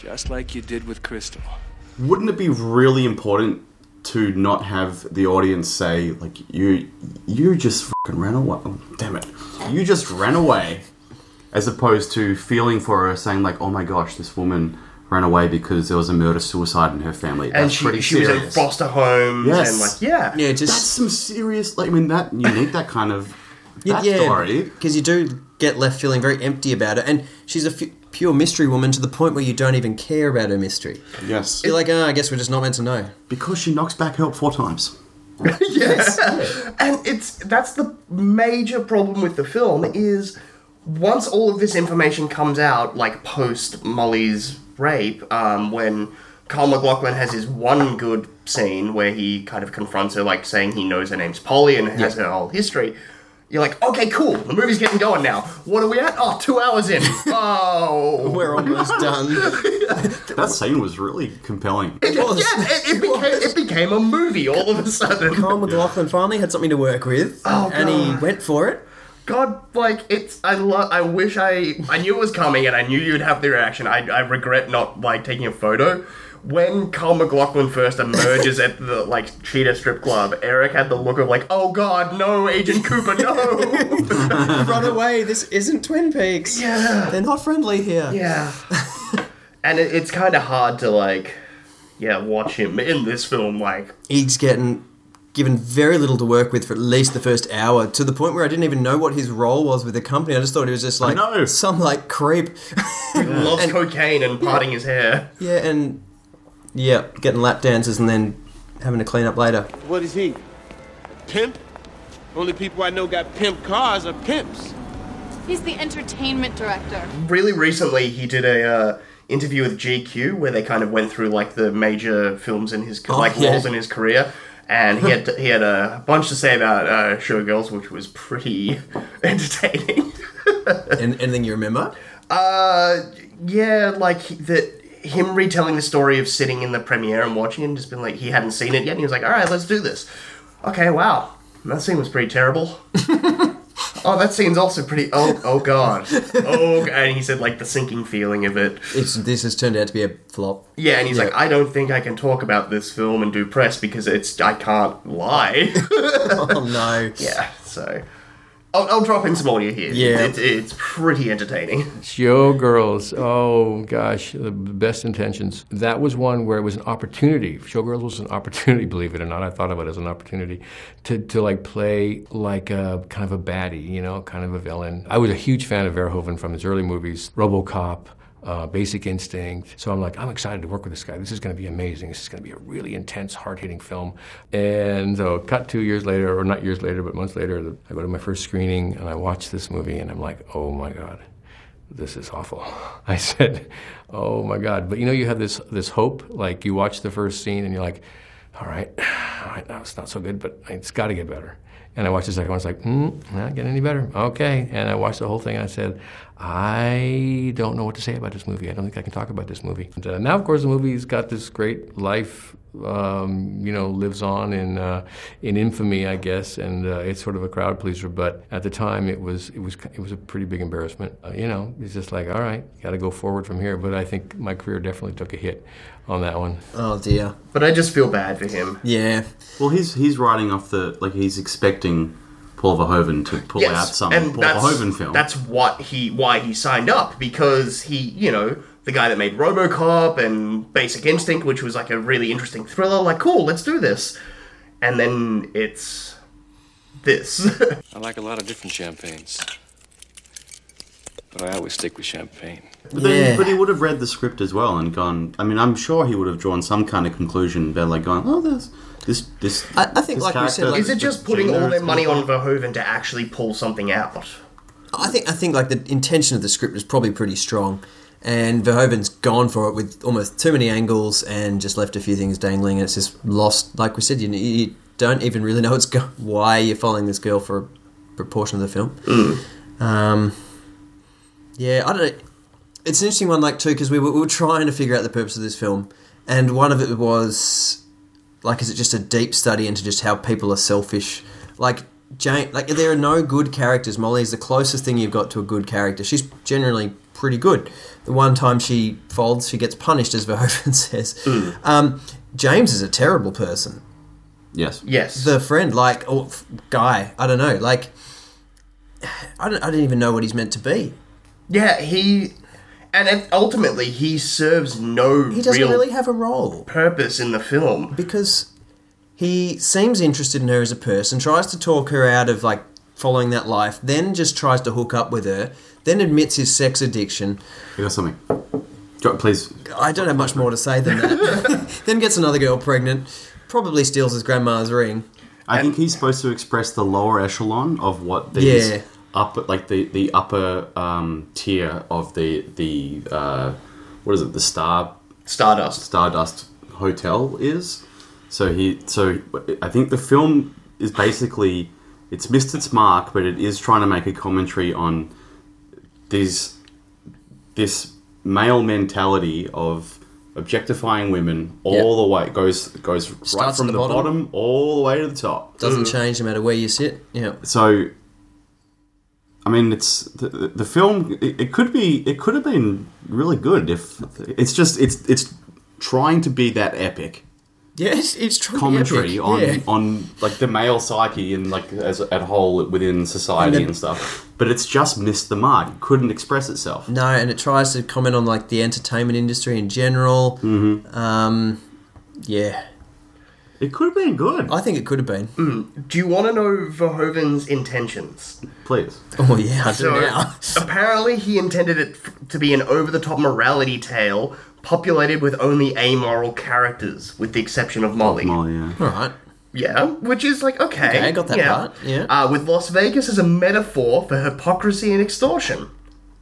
Just like you did with Crystal. Wouldn't it be really important to not have the audience say like you you just fucking ran away? Oh, damn it, you just ran away, as opposed to feeling for her, saying like, oh my gosh, this woman ran away because there was a murder suicide in her family. And That's she- pretty she was in serious. foster homes Yes. and, like, yeah. Yeah, just that's some serious. Like, I mean, that you need that kind of that story. Because you do get left feeling very empty about it. And she's a f- pure mystery woman to the point where you don't even care about her mystery. Yes. You're like, ah, I guess we're just not meant to know. Because she knocks back help four times. yes. And it's that's the major problem with the film is once all of this information comes out, like post Molly's rape, um, when Carl McLaughlin has his one good scene where he kind of confronts her, like saying he knows her name's Polly and has her whole history. You're like, okay, cool. The movie's getting going now. What are we at? Oh, two hours in. Oh, we're almost done. That scene was really compelling. It, was. Yeah, it, it, became, it became a movie all of a sudden. Carl McLaughlin finally had something to work with, Oh, and he God. went for it. God, like it's. I love. I wish I. I knew it was coming, and I knew you'd have the reaction. I, I regret not like taking a photo. When Carl McLaughlin first emerges at the like Cheetah strip club, Eric had the look of like, "Oh God, no, Agent Cooper, no!" Run away! This isn't Twin Peaks. Uh-huh. Yeah. they're not friendly here. yeah, and it, it's kind of hard to like, yeah, watch him in this film. Like, he's getting given very little to work with for at least the first hour to the point where I didn't even know what his role was with the company. I just thought he was just like know. some like creep. loves cocaine and parting his hair. Yeah, and yeah, getting lap dances and then having to clean up later. What is he? Pimp? Only people I know got pimp cars are pimps. He's the entertainment director. really recently he did a uh, interview with GQ where they kind of went through like the major films in his like yeah. roles in his career. And he had he had a bunch to say about uh, Showgirls, which was pretty entertaining. and anything you remember? Uh, yeah, like he- that him retelling the story of sitting in the premiere and watching it and just been like he hadn't seen it yet, and he was like, "All right, let's do this." Okay, wow, that scene was pretty terrible. oh, that scene's also pretty. Oh, oh god. Oh, and he said like the sinking feeling of it. It's, this has turned out to be a flop. Yeah, and he's like, I don't think I can talk about this film and do press because it's I can't lie. Oh no. yeah, so I'll, I'll drop in some audio here. Yeah. it's, it's pretty entertaining. Showgirls, oh gosh, the best intentions. That was one where it was an opportunity. Showgirls was an opportunity, believe it or not. I thought of it as an opportunity to, to like play like a kind of a baddie, you know, kind of a villain. I was a huge fan of Verhoeven from his early movies, RoboCop. Uh, basic instinct. So I'm like, I'm excited to work with this guy. This is going to be amazing. This is going to be a really intense, hard hitting film. And so, cut two years later, or not years later, but months later, the- I go to my first screening and I watch this movie and I'm like, oh my God this is awful. I said, oh my God. But you know, you have this, this hope, like you watch the first scene and you're like, all right, all right, no, it's not so good, but it's got to get better. And I watched the second one, it's like, mm, not getting any better. Okay. And I watched the whole thing and I said, I don't know what to say about this movie. I don't think I can talk about this movie. And, uh, now, of course, the movie's got this great life, um, you know, lives on in, uh, in infamy, I guess, and uh, it's sort of a crowd pleaser. But at the time, it was, it was, it was a pretty big embarrassment. Uh, you know, it's just like, all right, got to go forward from here. But I think my career definitely took a hit on that one. Oh dear. But I just feel bad for him. Yeah. Well, he's he's riding off the like he's expecting Paul Verhoeven to pull out some Paul Verhoeven film. That's what he why he signed up because he, you know, the guy that made RoboCop and Basic Instinct, which was like a really interesting thriller. Like, cool, let's do this. And then it's this. I like a lot of different champagnes. But I always stick with champagne. but, then, Yeah. but he would have read the script as well and gone. I mean, I'm sure he would have drawn some kind of conclusion. They're like going, oh, this this this. I- I think this like we said, character- like- Is it this just putting gender all their is money on awful." Verhoeven to actually pull something out? I think I think like the intention of the script is probably pretty strong, and Verhoeven's gone for it with almost too many angles and just left a few things dangling, and it's just lost. Like we said, you, you don't even really know it's go- why you're following this girl for a proportion of the film. Um, yeah, I don't. It's an interesting one, like too, because we were, we were trying to figure out the purpose of this film, and one of it was like, is it just a deep study into just how people are selfish? Like Jane, like there are no good characters. Molly is the closest thing you've got to a good character. She's generally pretty good. The one time she folds, she gets punished, as Verhoeven says. Um, James is a terrible person. Yes. Yes. The friend, like, or f- guy, I don't know, like, I don't, I don't even know what he's meant to be. Yeah, he. And it, ultimately, he serves no He doesn't real really have a role. purpose in the film. because he seems interested in her as a person, tries to talk her out of like following that life, then just tries to hook up with her, then admits his sex addiction. You got something? Jo- Please. I don't have much more to say than that. then gets another girl pregnant, probably steals his grandma's ring. I think he's supposed to express the lower echelon of what these Yeah. upper, like the the upper um, tier of the the uh, what is it? The star Stardust. Stardust Hotel is. So he. So I think the film is basically it's missed its mark, but it is trying to make a commentary on these this male mentality of objectifying women all the way goes goes right Starts from the, at the bottom. bottom all the way to the top. Doesn't change no matter where you sit. Yeah. So, I mean, it's the, the the film. It, it could be. It could have been really good if it's just it's it's trying to be that epic Yeah, it's, it's trying to be commentary epic, on yeah. on like the male psyche and like as at whole within society And and, the- stuff. But it's just missed the mark. It couldn't express itself. No, and it tries to comment on like the entertainment industry in general. Mm-hmm. Um, yeah. It could have been good. I think it could have been. Mm. Do you want to know Verhoeven's intentions? Please. Oh yeah, I do So, now. apparently, he intended it f- to be an over the top morality tale populated with only amoral characters, with the exception of Molly. Molly, yeah. All right. Yeah, which is like, okay. Okay, I got that yeah. part, yeah. Uh, with Las Vegas as a metaphor for hypocrisy and extortion.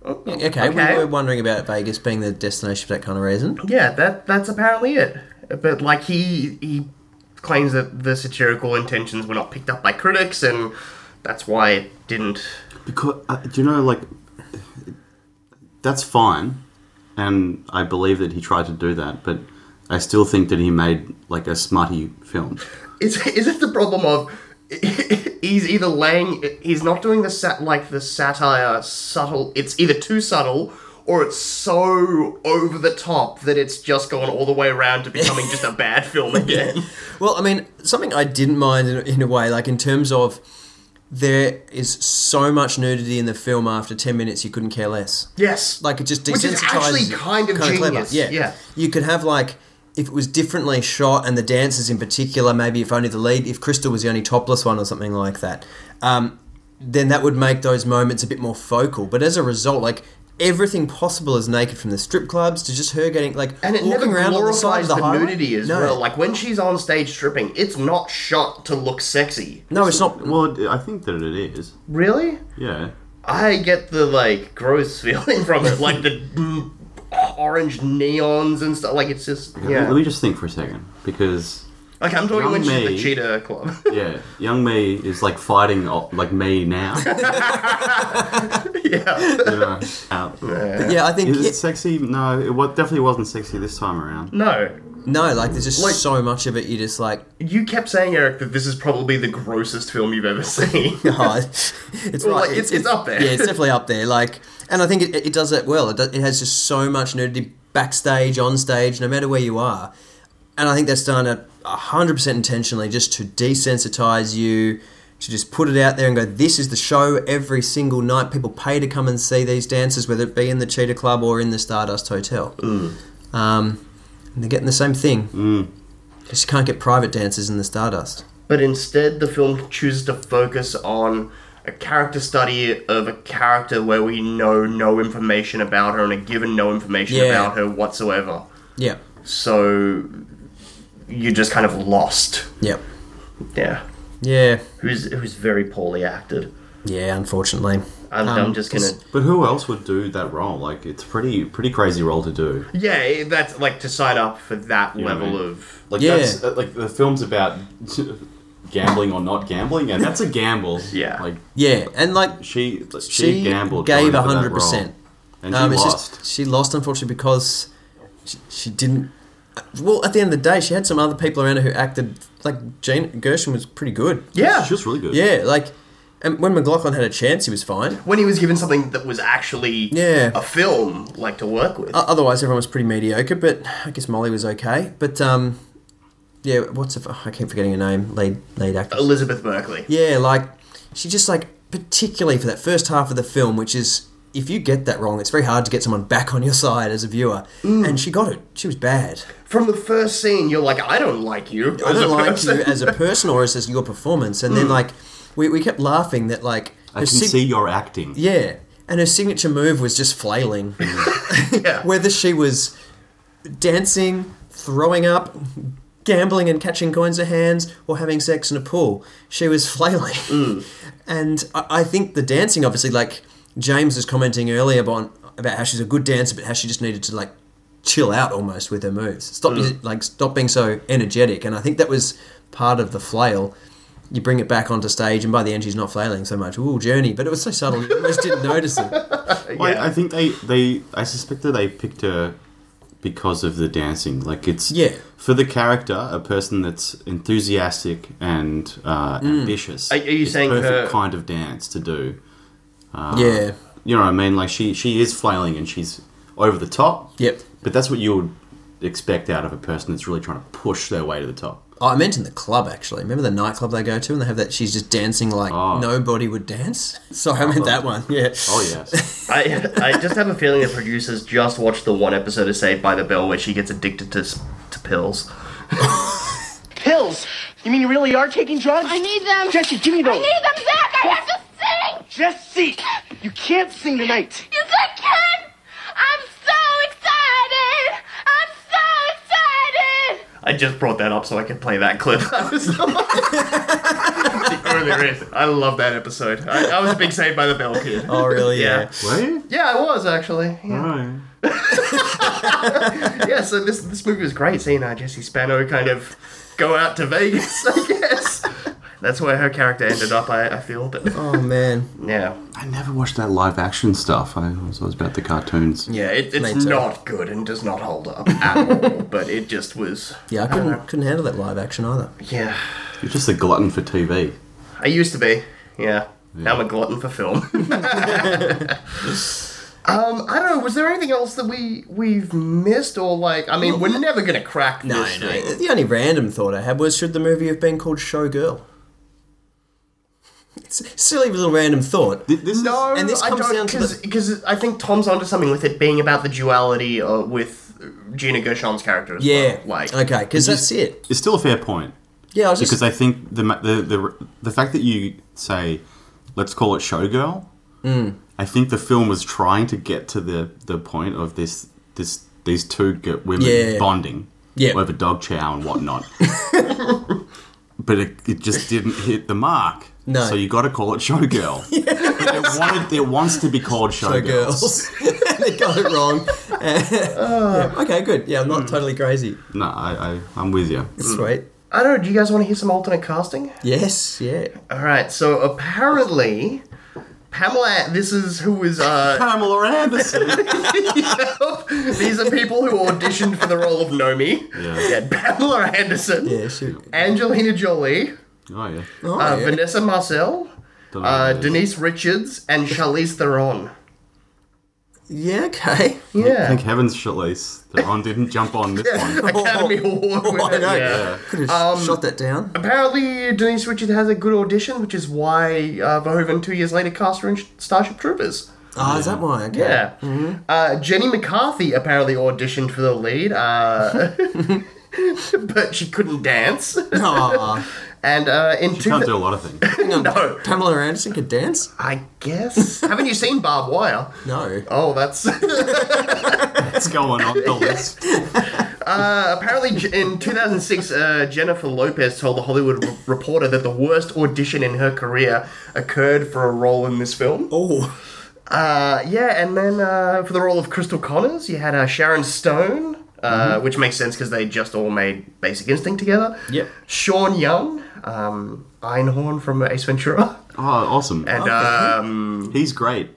Okay, Okay. we were wondering about Vegas being the destination for that kind of reason. Yeah, that that's apparently it. But like he he claims that the satirical intentions were not picked up by critics, and that's why it didn't. Because uh, do you know, like that's fine, and I believe that he tried to do that, but I still think that he made like a smutty film. Is is it the problem of he's either laying he's not doing the sat like the satire subtle. It's either too subtle. Or it's so over the top that it's just gone all the way around to becoming just a bad film again. Well, I mean, something I didn't mind in, in a way, like in terms of there is so much nudity in the film after 10 minutes you couldn't care less. Yes, Like it just desensitizes Which is actually you. kind of clever. genius, Yeah. yeah. You could have like if it was differently shot and the dancers in particular, maybe if only the lead, if Crystal was the only topless one or something like that, um, then that would make those moments a bit more focal. But as a result, like everything possible is naked from the strip clubs to just her getting like and it never walking around on the glorifies side of the, the, highway. nudity as No. well. Like when she's on stage stripping, it's not shot to look sexy. no, it's not. Well, I think that it is. Really? Yeah. I get the like gross feeling from it, like the mm, orange neons and stuff. Like it's just Let me yeah. just think for a second because Like I'm talking when Young she's at the me. cheetah club. yeah, young me is like fighting uh, like me now. yeah. You know, out. But yeah, I think Is yeah, it sexy? No, it wa- definitely wasn't sexy this time around. No, no, like there's just Like- so much of it. You just like, you kept saying Eric that this is probably the grossest film you've ever seen. oh, it's it's Well, right. like, it's- it's up there. Yeah, it's definitely up there. Like, and I think it, it does that well. It, does, it has just so much nudity backstage, on stage, no matter where you are. And I think that's done a hundred percent intentionally, just to desensitize you, to just put it out there and go, "This is the show every single night. People pay to come and see these dances, whether it be in the Cheetah Club or in the Stardust Hotel." Mm. Um, and they're getting the same thing. Just you can't get private dances in the Stardust. but instead the film chooses to focus on a character study of a character where we know no information about her and are given no information Yeah. about her whatsoever. Yeah. So you're just kind of lost. Yep. Yeah. Yeah. Who's who's very poorly acted. Yeah, unfortunately. I'm, Um, I'm just gonna. But who else would do that role? Like, it's pretty pretty crazy role to do. Yeah, that's like to sign up for that level mean- of. Like Yeah. that's uh, like the film's about gambling or not gambling, and that's a gamble. Yeah. like Yeah, and like she she, she gambled, gave going for that hundred percent. Um, role. and she lost. Just, she lost, unfortunately, because she, she didn't well, at the end of the day, she had some other people around her who acted like Jane Gershon was pretty good. Yeah. She was really good. Yeah, like and when McLaughlin had a chance, he was fine. When he was given something that was actually yeah. Uh, a film like to work with. O- otherwise, everyone was pretty mediocre, but I guess Molly was okay. But um, yeah, what's the, f- I keep forgetting her name, lead lead actress Elizabeth Berkley. Yeah, like she just like particularly for that first half of the film, which is if you get that wrong, it's very hard to get someone back on your side as a viewer. Mm. And she got it. She was bad. From the first scene, you're like, I don't like you. I as a don't like person." you as a person or as, as your performance. And then Mm. like we, we kept laughing that like I her can sig- see you're acting. yeah, and her signature move was just flailing. Whether she was dancing, throwing up, gambling and catching coins in her hands, or having sex in a pool, she was flailing. And I, I think the dancing, obviously, like James was commenting earlier on about how she's a good dancer, but how she just needed to like chill out almost with her moves, stop Mm. like stop being so energetic. And I think that was part of the flail. You bring it back onto stage, and by the end, she's not flailing so much. Ooh, journey! But it was so subtle, you almost didn't notice it. Well, I, I think they, they I suspect that they picked her because of the dancing. Like it's Yeah. for the character, a person that's enthusiastic and uh, Mm. ambitious. Are- are you is saying perfect her- kind of dance to do? Uh, Yeah. you know what I mean. Like she she is flailing and she's over the top. Yep. But that's what you would expect out of a person that's really trying to push their way to the top. Oh, I mentioned the club actually. Remember the nightclub they go to, and they have that. She's just dancing like nobody would dance. Sorry, I meant that one. Oh. Yeah. Oh yes. I, I just have a feeling that producers just watched the one episode of Saved by the Bell where she gets addicted to, s- to pills. Pills? You mean you really are taking drugs? I need them. Jesse, give me those. I need them back! I have to sing! Jesse, you can't sing tonight. Yes, I can! I'm so excited! I'm so excited! I just brought that up so I could play that clip. That was the the only reason. I love that episode. I, I was a big Saved by the Bell kid. Oh, really? Yeah. Were you? Oh. Yeah, I was actually. Yeah. Right. yeah, so this this movie was great seeing uh, Jesse Spano kind of go out to Vegas, I guess. That's where her character ended up, I, I feel. But um, Oh man. Yeah. I never watched that live action stuff. I was always about the cartoons. Yeah, it, it's Me too. not good and does not hold up at all, but it just was. Yeah, I don't couldn't know. couldn't handle that live action either. Yeah. You're just a glutton for TV. I used to be. Yeah. Now I'm a glutton for film. um, I don't know. Was there anything else that we we've missed or like? I mean, we're never gonna crack No, this. no. thing. uh, The only random thought I had was should the movie have been called Showgirl? It's a silly little random thought. no, and this I comes don't, down to the, because I think Tom's onto something with it being about the duality uh, with Gina Gershon's character. As Yeah. well. like okay, because that's it. It's still a fair point. Yeah, I was just- because I think the, ma- the the the fact that you say, let's call it showgirl. Mm. I think the film was trying to get to the the point of this this these two g- women Yeah. bonding Yeah. over dog chow and whatnot. but it, it just didn't hit the mark. No. So you got to call it showgirl. But it, wanted, it wants to be called So showgirls. girls, they got it wrong. Ah. Yeah, Okay, good. Yeah, I'm not Mm. totally crazy. No, I, I I'm with you. Sweet. I don't know. Do you guys want to hear some alternate casting? Yes. Yeah. All right. So apparently, Pamela. This is who is uh, Pamela Anderson. Yep. These are people who auditioned for the role of Nomi. Yeah. Yeah, Pamela Anderson. Yeah, she. Angelina Jolie. Oh yeah. uh, Vanessa Marcel. Don't know Uh, who that is. Denise Richards and Charlize Theron. Yeah. Okay. Yeah. Thank heavens, Charlize Theron didn't jump on this one. Academy Award I winner. know. Yeah. Um, Could have shot that down. Apparently, Denise Richards has a good audition, which is why uh, Verhoeven two years later cast her in Starship Troopers. Ah, is that why? Okay. Yeah. Mm-hmm. Uh, Jenny McCarthy apparently auditioned for the lead, uh, but she couldn't dance. Aw. And uh, in She two can't do a lot of things. Hang on. No. Pamela Anderson could dance? I guess. Haven't you seen Barbed Wire? No. Oh, that's That's going on the list. uh, apparently J- in 2006. Uh, Jennifer Lopez told the Hollywood Re- Reporter that the worst audition in her career occurred for a role in this film. Oh. Uh, yeah, and then uh, for the role of Crystal Connors, you had uh, Sharon Stone, uh, which makes sense because they just all made Basic Instinct together. Yep. Sean Young, um, Einhorn from Ace Ventura, Oh, awesome. and um, He's great.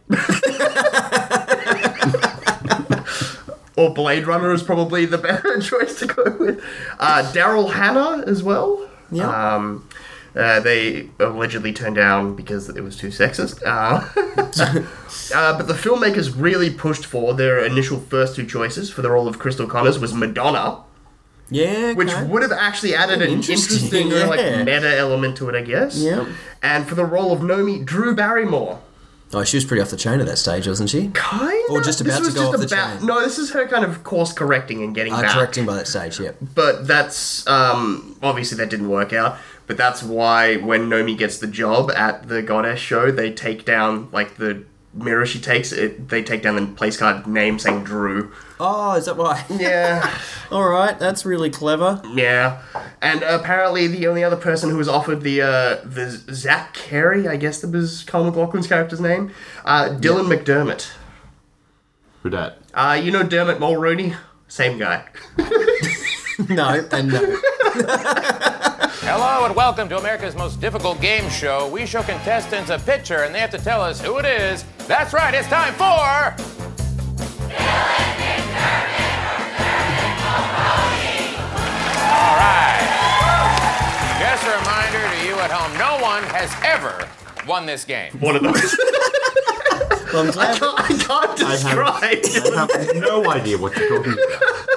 or Blade Runner is probably the better choice to go with. Uh, Daryl Hannah as well. Yeah. Um, uh, they allegedly turned down because it was too sexist. Uh, uh, but the filmmakers really pushed for their initial first two choices for the role of Crystal Connors was Madonna. Yeah, which would have actually added an Interesting, interesting, uh, like yeah. meta element to it, I guess. Yep. And for the role of Nomi, Drew Barrymore. Oh, she was pretty off the chain at that stage, wasn't she? Kind Or Oh, just about to go off the chain. No, this is her kind of course correcting and getting Uh, back. correcting by that stage, yep. But that's um, obviously that didn't work out. But that's why when Nomi gets the job at the Goddess show, they take down like the mirror she takes. It they take down the place card name saying Drew. Oh, is that why? Yeah. All right, that's really clever. Yeah, and apparently the only other person who was offered the uh, the Zach Carey, I guess that was Carl McLaughlin's character's name, uh, Dylan McDermott. Who dat? Uh, you know Dermot Mulrooney, same guy. no, and no. Hello and welcome to America's most difficult game show. We show contestants a picture and they have to tell us who it is. That's right, it's time for. All right. Just a reminder to you at home no one has ever won this game. One of those. well, I'm glad. I can't, I can't describe. I have no idea what you're talking about.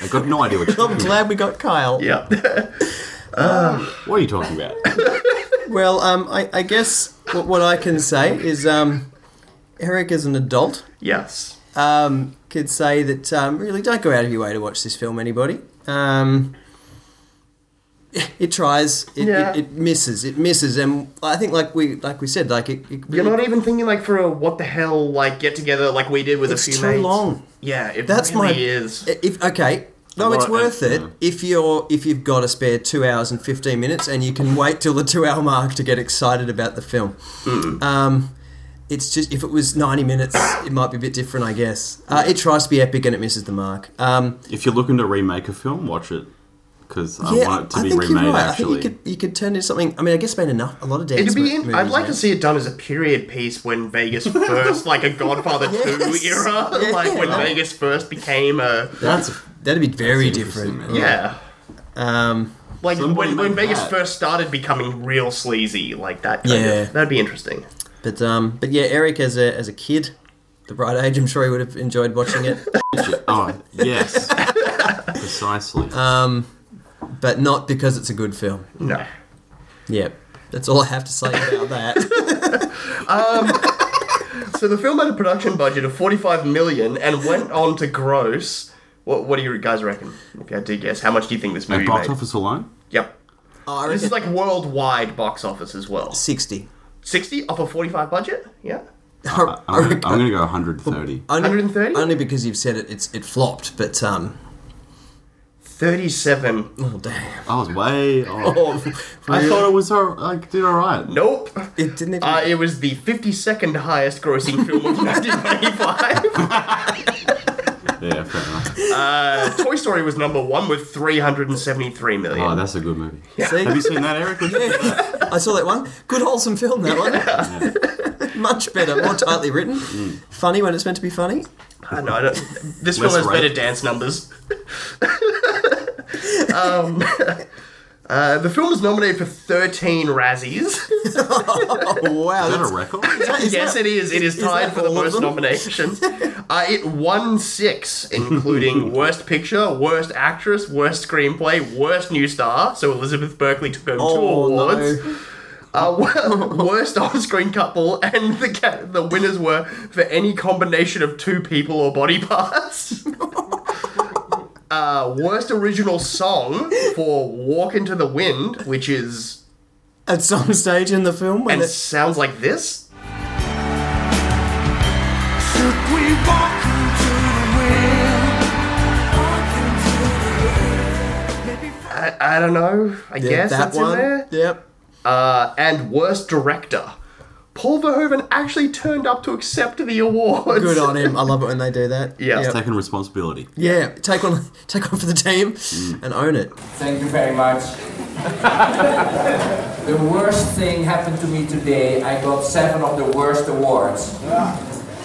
I've got no idea what you're I'm talking about. glad we got Kyle. Yeah. What are you talking about? Well, um, I, I guess what, what I can say is um, Eric, as an adult, yes, um, could say that um, really don't go out of your way to watch this film, anybody. Um, it tries, it, Yeah. it, it misses, it misses, and I think like we like we said, like it. it You're really- not even thinking like for a what the hell like get together like we did with It's a few too mates. long. Yeah, it That's really my is. If okay, no, it's Right, worth and- it Hmm. if you're if you've got a spare two hours and fifteen minutes, and you can wait till the two hour mark to get excited about the film. Hmm. Um, it's just if it was ninety minutes, it might be a bit different, I guess. Uh, it tries to be epic and it misses the mark. Um, if you're looking to remake a film, watch it. Because I yeah, want it to I be think remade, you're right. actually. I think you could you could turn into something. I mean, I guess been enough a lot of dance. It'd be. In, movies, I'd like mate. to see it done as a period piece when Vegas first, like a Godfather Yes. Two era, Yeah. like when Right. Vegas first became a. That's that'd be very different. yeah. Um, Like Somebody when, when make Vegas that. first started becoming real sleazy, like that. Kind Yeah. of, that'd be interesting. But um, but yeah, Eric as a as a kid, the right age, I'm sure he would have enjoyed watching it. oh yes, precisely. Um, but not because it's a good film. No. Yeah, that's all I have to say about that. So the film had a production budget of forty-five million and went on to gross. What, what do you guys reckon? If you had to guess, how much do you think this movie At box made? office alone, Yep. this is like worldwide box office as well. Sixty. Sixty off a forty-five budget. Yeah. Uh, I, I'm, gonna- I'm going to go 130. Only, 130? only because you've said it, it's it flopped. But um, Thirty-seven. oh damn, I was way off. Oh, I thought it was all, like did all right. Nope. it didn't. Even, Uh, it was the 52nd highest grossing film of 1995. Yeah, fair enough. Uh, Toy Story was number one with 373 million. Oh, that's a good movie. See? Have you seen that, Eric? I saw that one. Good wholesome film. That one. Much better, more tightly written. Funny when it's meant to be funny. I know. I don't, this film Less has rape. better dance numbers. um, uh, the film was nominated for 13 Razzies. Oh wow, Is that that's, a record? yes, it is. It is is that tied for the all of most them? nominations. Uh, it won six, including Worst Picture, Worst Actress, Worst Screenplay, Worst New Star. So Elizabeth Berkley took home two Oh, no. Oh. awards. Uh, worst on-screen couple, and the ca- the winners were for any combination of two people or body parts. uh, worst original song for "Walk Into the Wind," which is at some stage in the film when and it, sounds like this. I, I don't know. I guess that that's in one. there. Yep. Uh, and worst director, Paul Verhoeven actually turned up to accept the awards. Good on him. I love it when they do that. Yeah. Yep. Taking responsibility. Yeah, take one, take one for the team, and own it. Thank you very much. the worst thing happened to me today. I got seven of the worst awards.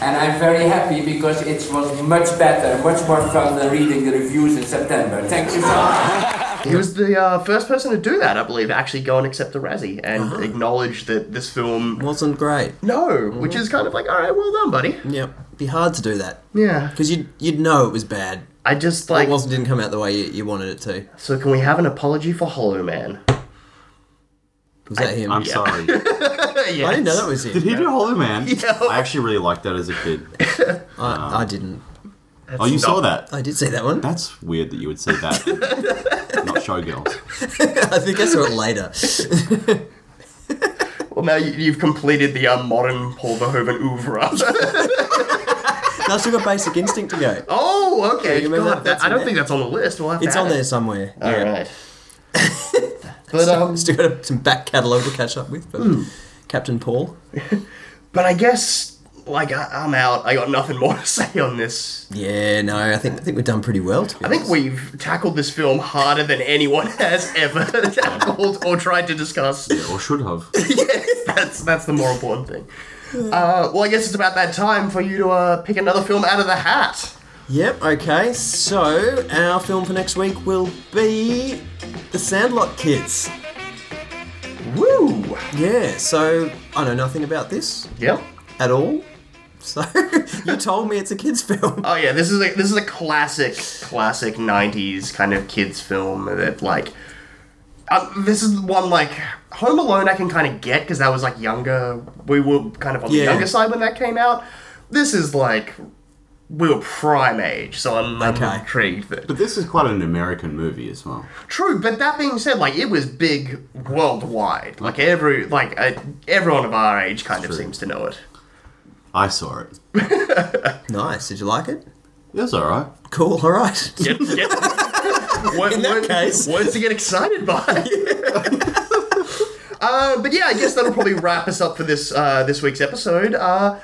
And I'm very happy because it was much better, much more fun than reading the reviews in September. Thank you so much. He was the uh, first person to do that, I believe, actually go and accept a Razzie Uh-huh. and acknowledge that this film wasn't great. No, which is kind of like, all right, well done, buddy. Yep. Be hard to do that. Yeah. Because you'd, you'd know it was bad. I just like. It wasn't, didn't come out the way you, you wanted it to. So can we have an apology for Hollow Man? Was that him? I'm Yeah. sorry. I didn't know that was him. Did he do Hollow Man? Yeah. I actually really liked that as a kid. I, I didn't. oh, you saw that? I did see that one. That's weird that you would see that. Not Showgirls. I think I saw it later. Well, now you- you've completed the uh, modern Paul Verhoeven oeuvre. No, I still got Basic Instinct to go. oh, okay. You remember God, that? that- That's I in don't there. think that's on the list. We'll have to It's on add it. there somewhere. All yeah. right. But, um, still got some back catalogue to catch up with. But Hmm. Captain Paul. But I guess, like, I, I'm out. I got nothing more to say on this. Yeah, no, I think I think we've done pretty well. To be I think we've tackled this film harder than anyone has ever tackled or tried to discuss. Or should have. That's that's the more important thing. Uh, well, I guess it's about that time for you to uh, pick another film out of the hat. Yep, okay, so our film for next week will be The Sandlot Kids. Woo! Yeah, so I know nothing about this. Yep. At all. So you told me it's a kids' film. Oh yeah, this is a this is a classic, classic '90s kind of kids film that like. Uh, this is one like Home Alone I can kind of get because that was like younger. We were kind of on the Yeah. younger side when that came out. This is like we were prime age, so I'm, I'm Okay. intrigued. That, But this is quite an American movie as well. True, but that being said, like it was big worldwide. Like every like uh, everyone of our age kind of seems to know it. I saw it. Nice, did you like it? It was alright. Cool, alright. Yep, yep. What- In that what- case. words to get excited by. uh, but yeah, I guess that'll probably wrap us up for this uh, this week's episode. Uh,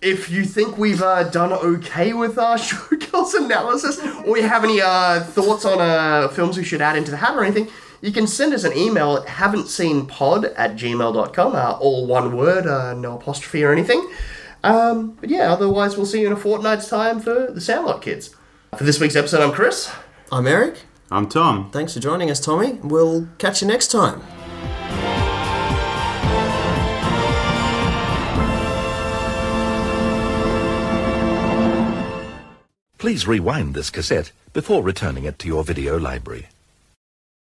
if you think we've uh, done okay with our showgirls analysis, or you have any uh, thoughts on uh, films we should add into the hat or anything, you can send us an email at haven't seen pod at gmail.com, uh, all one word, uh, no apostrophe or anything. Um, but yeah, otherwise, we'll see you in a fortnight's time for the Sandlot Kids. For this week's episode, I'm Chris. I'm Eric. I'm Tom. Thanks for joining us, Tommy. We'll catch you next time. Please rewind this cassette before returning it to your video library.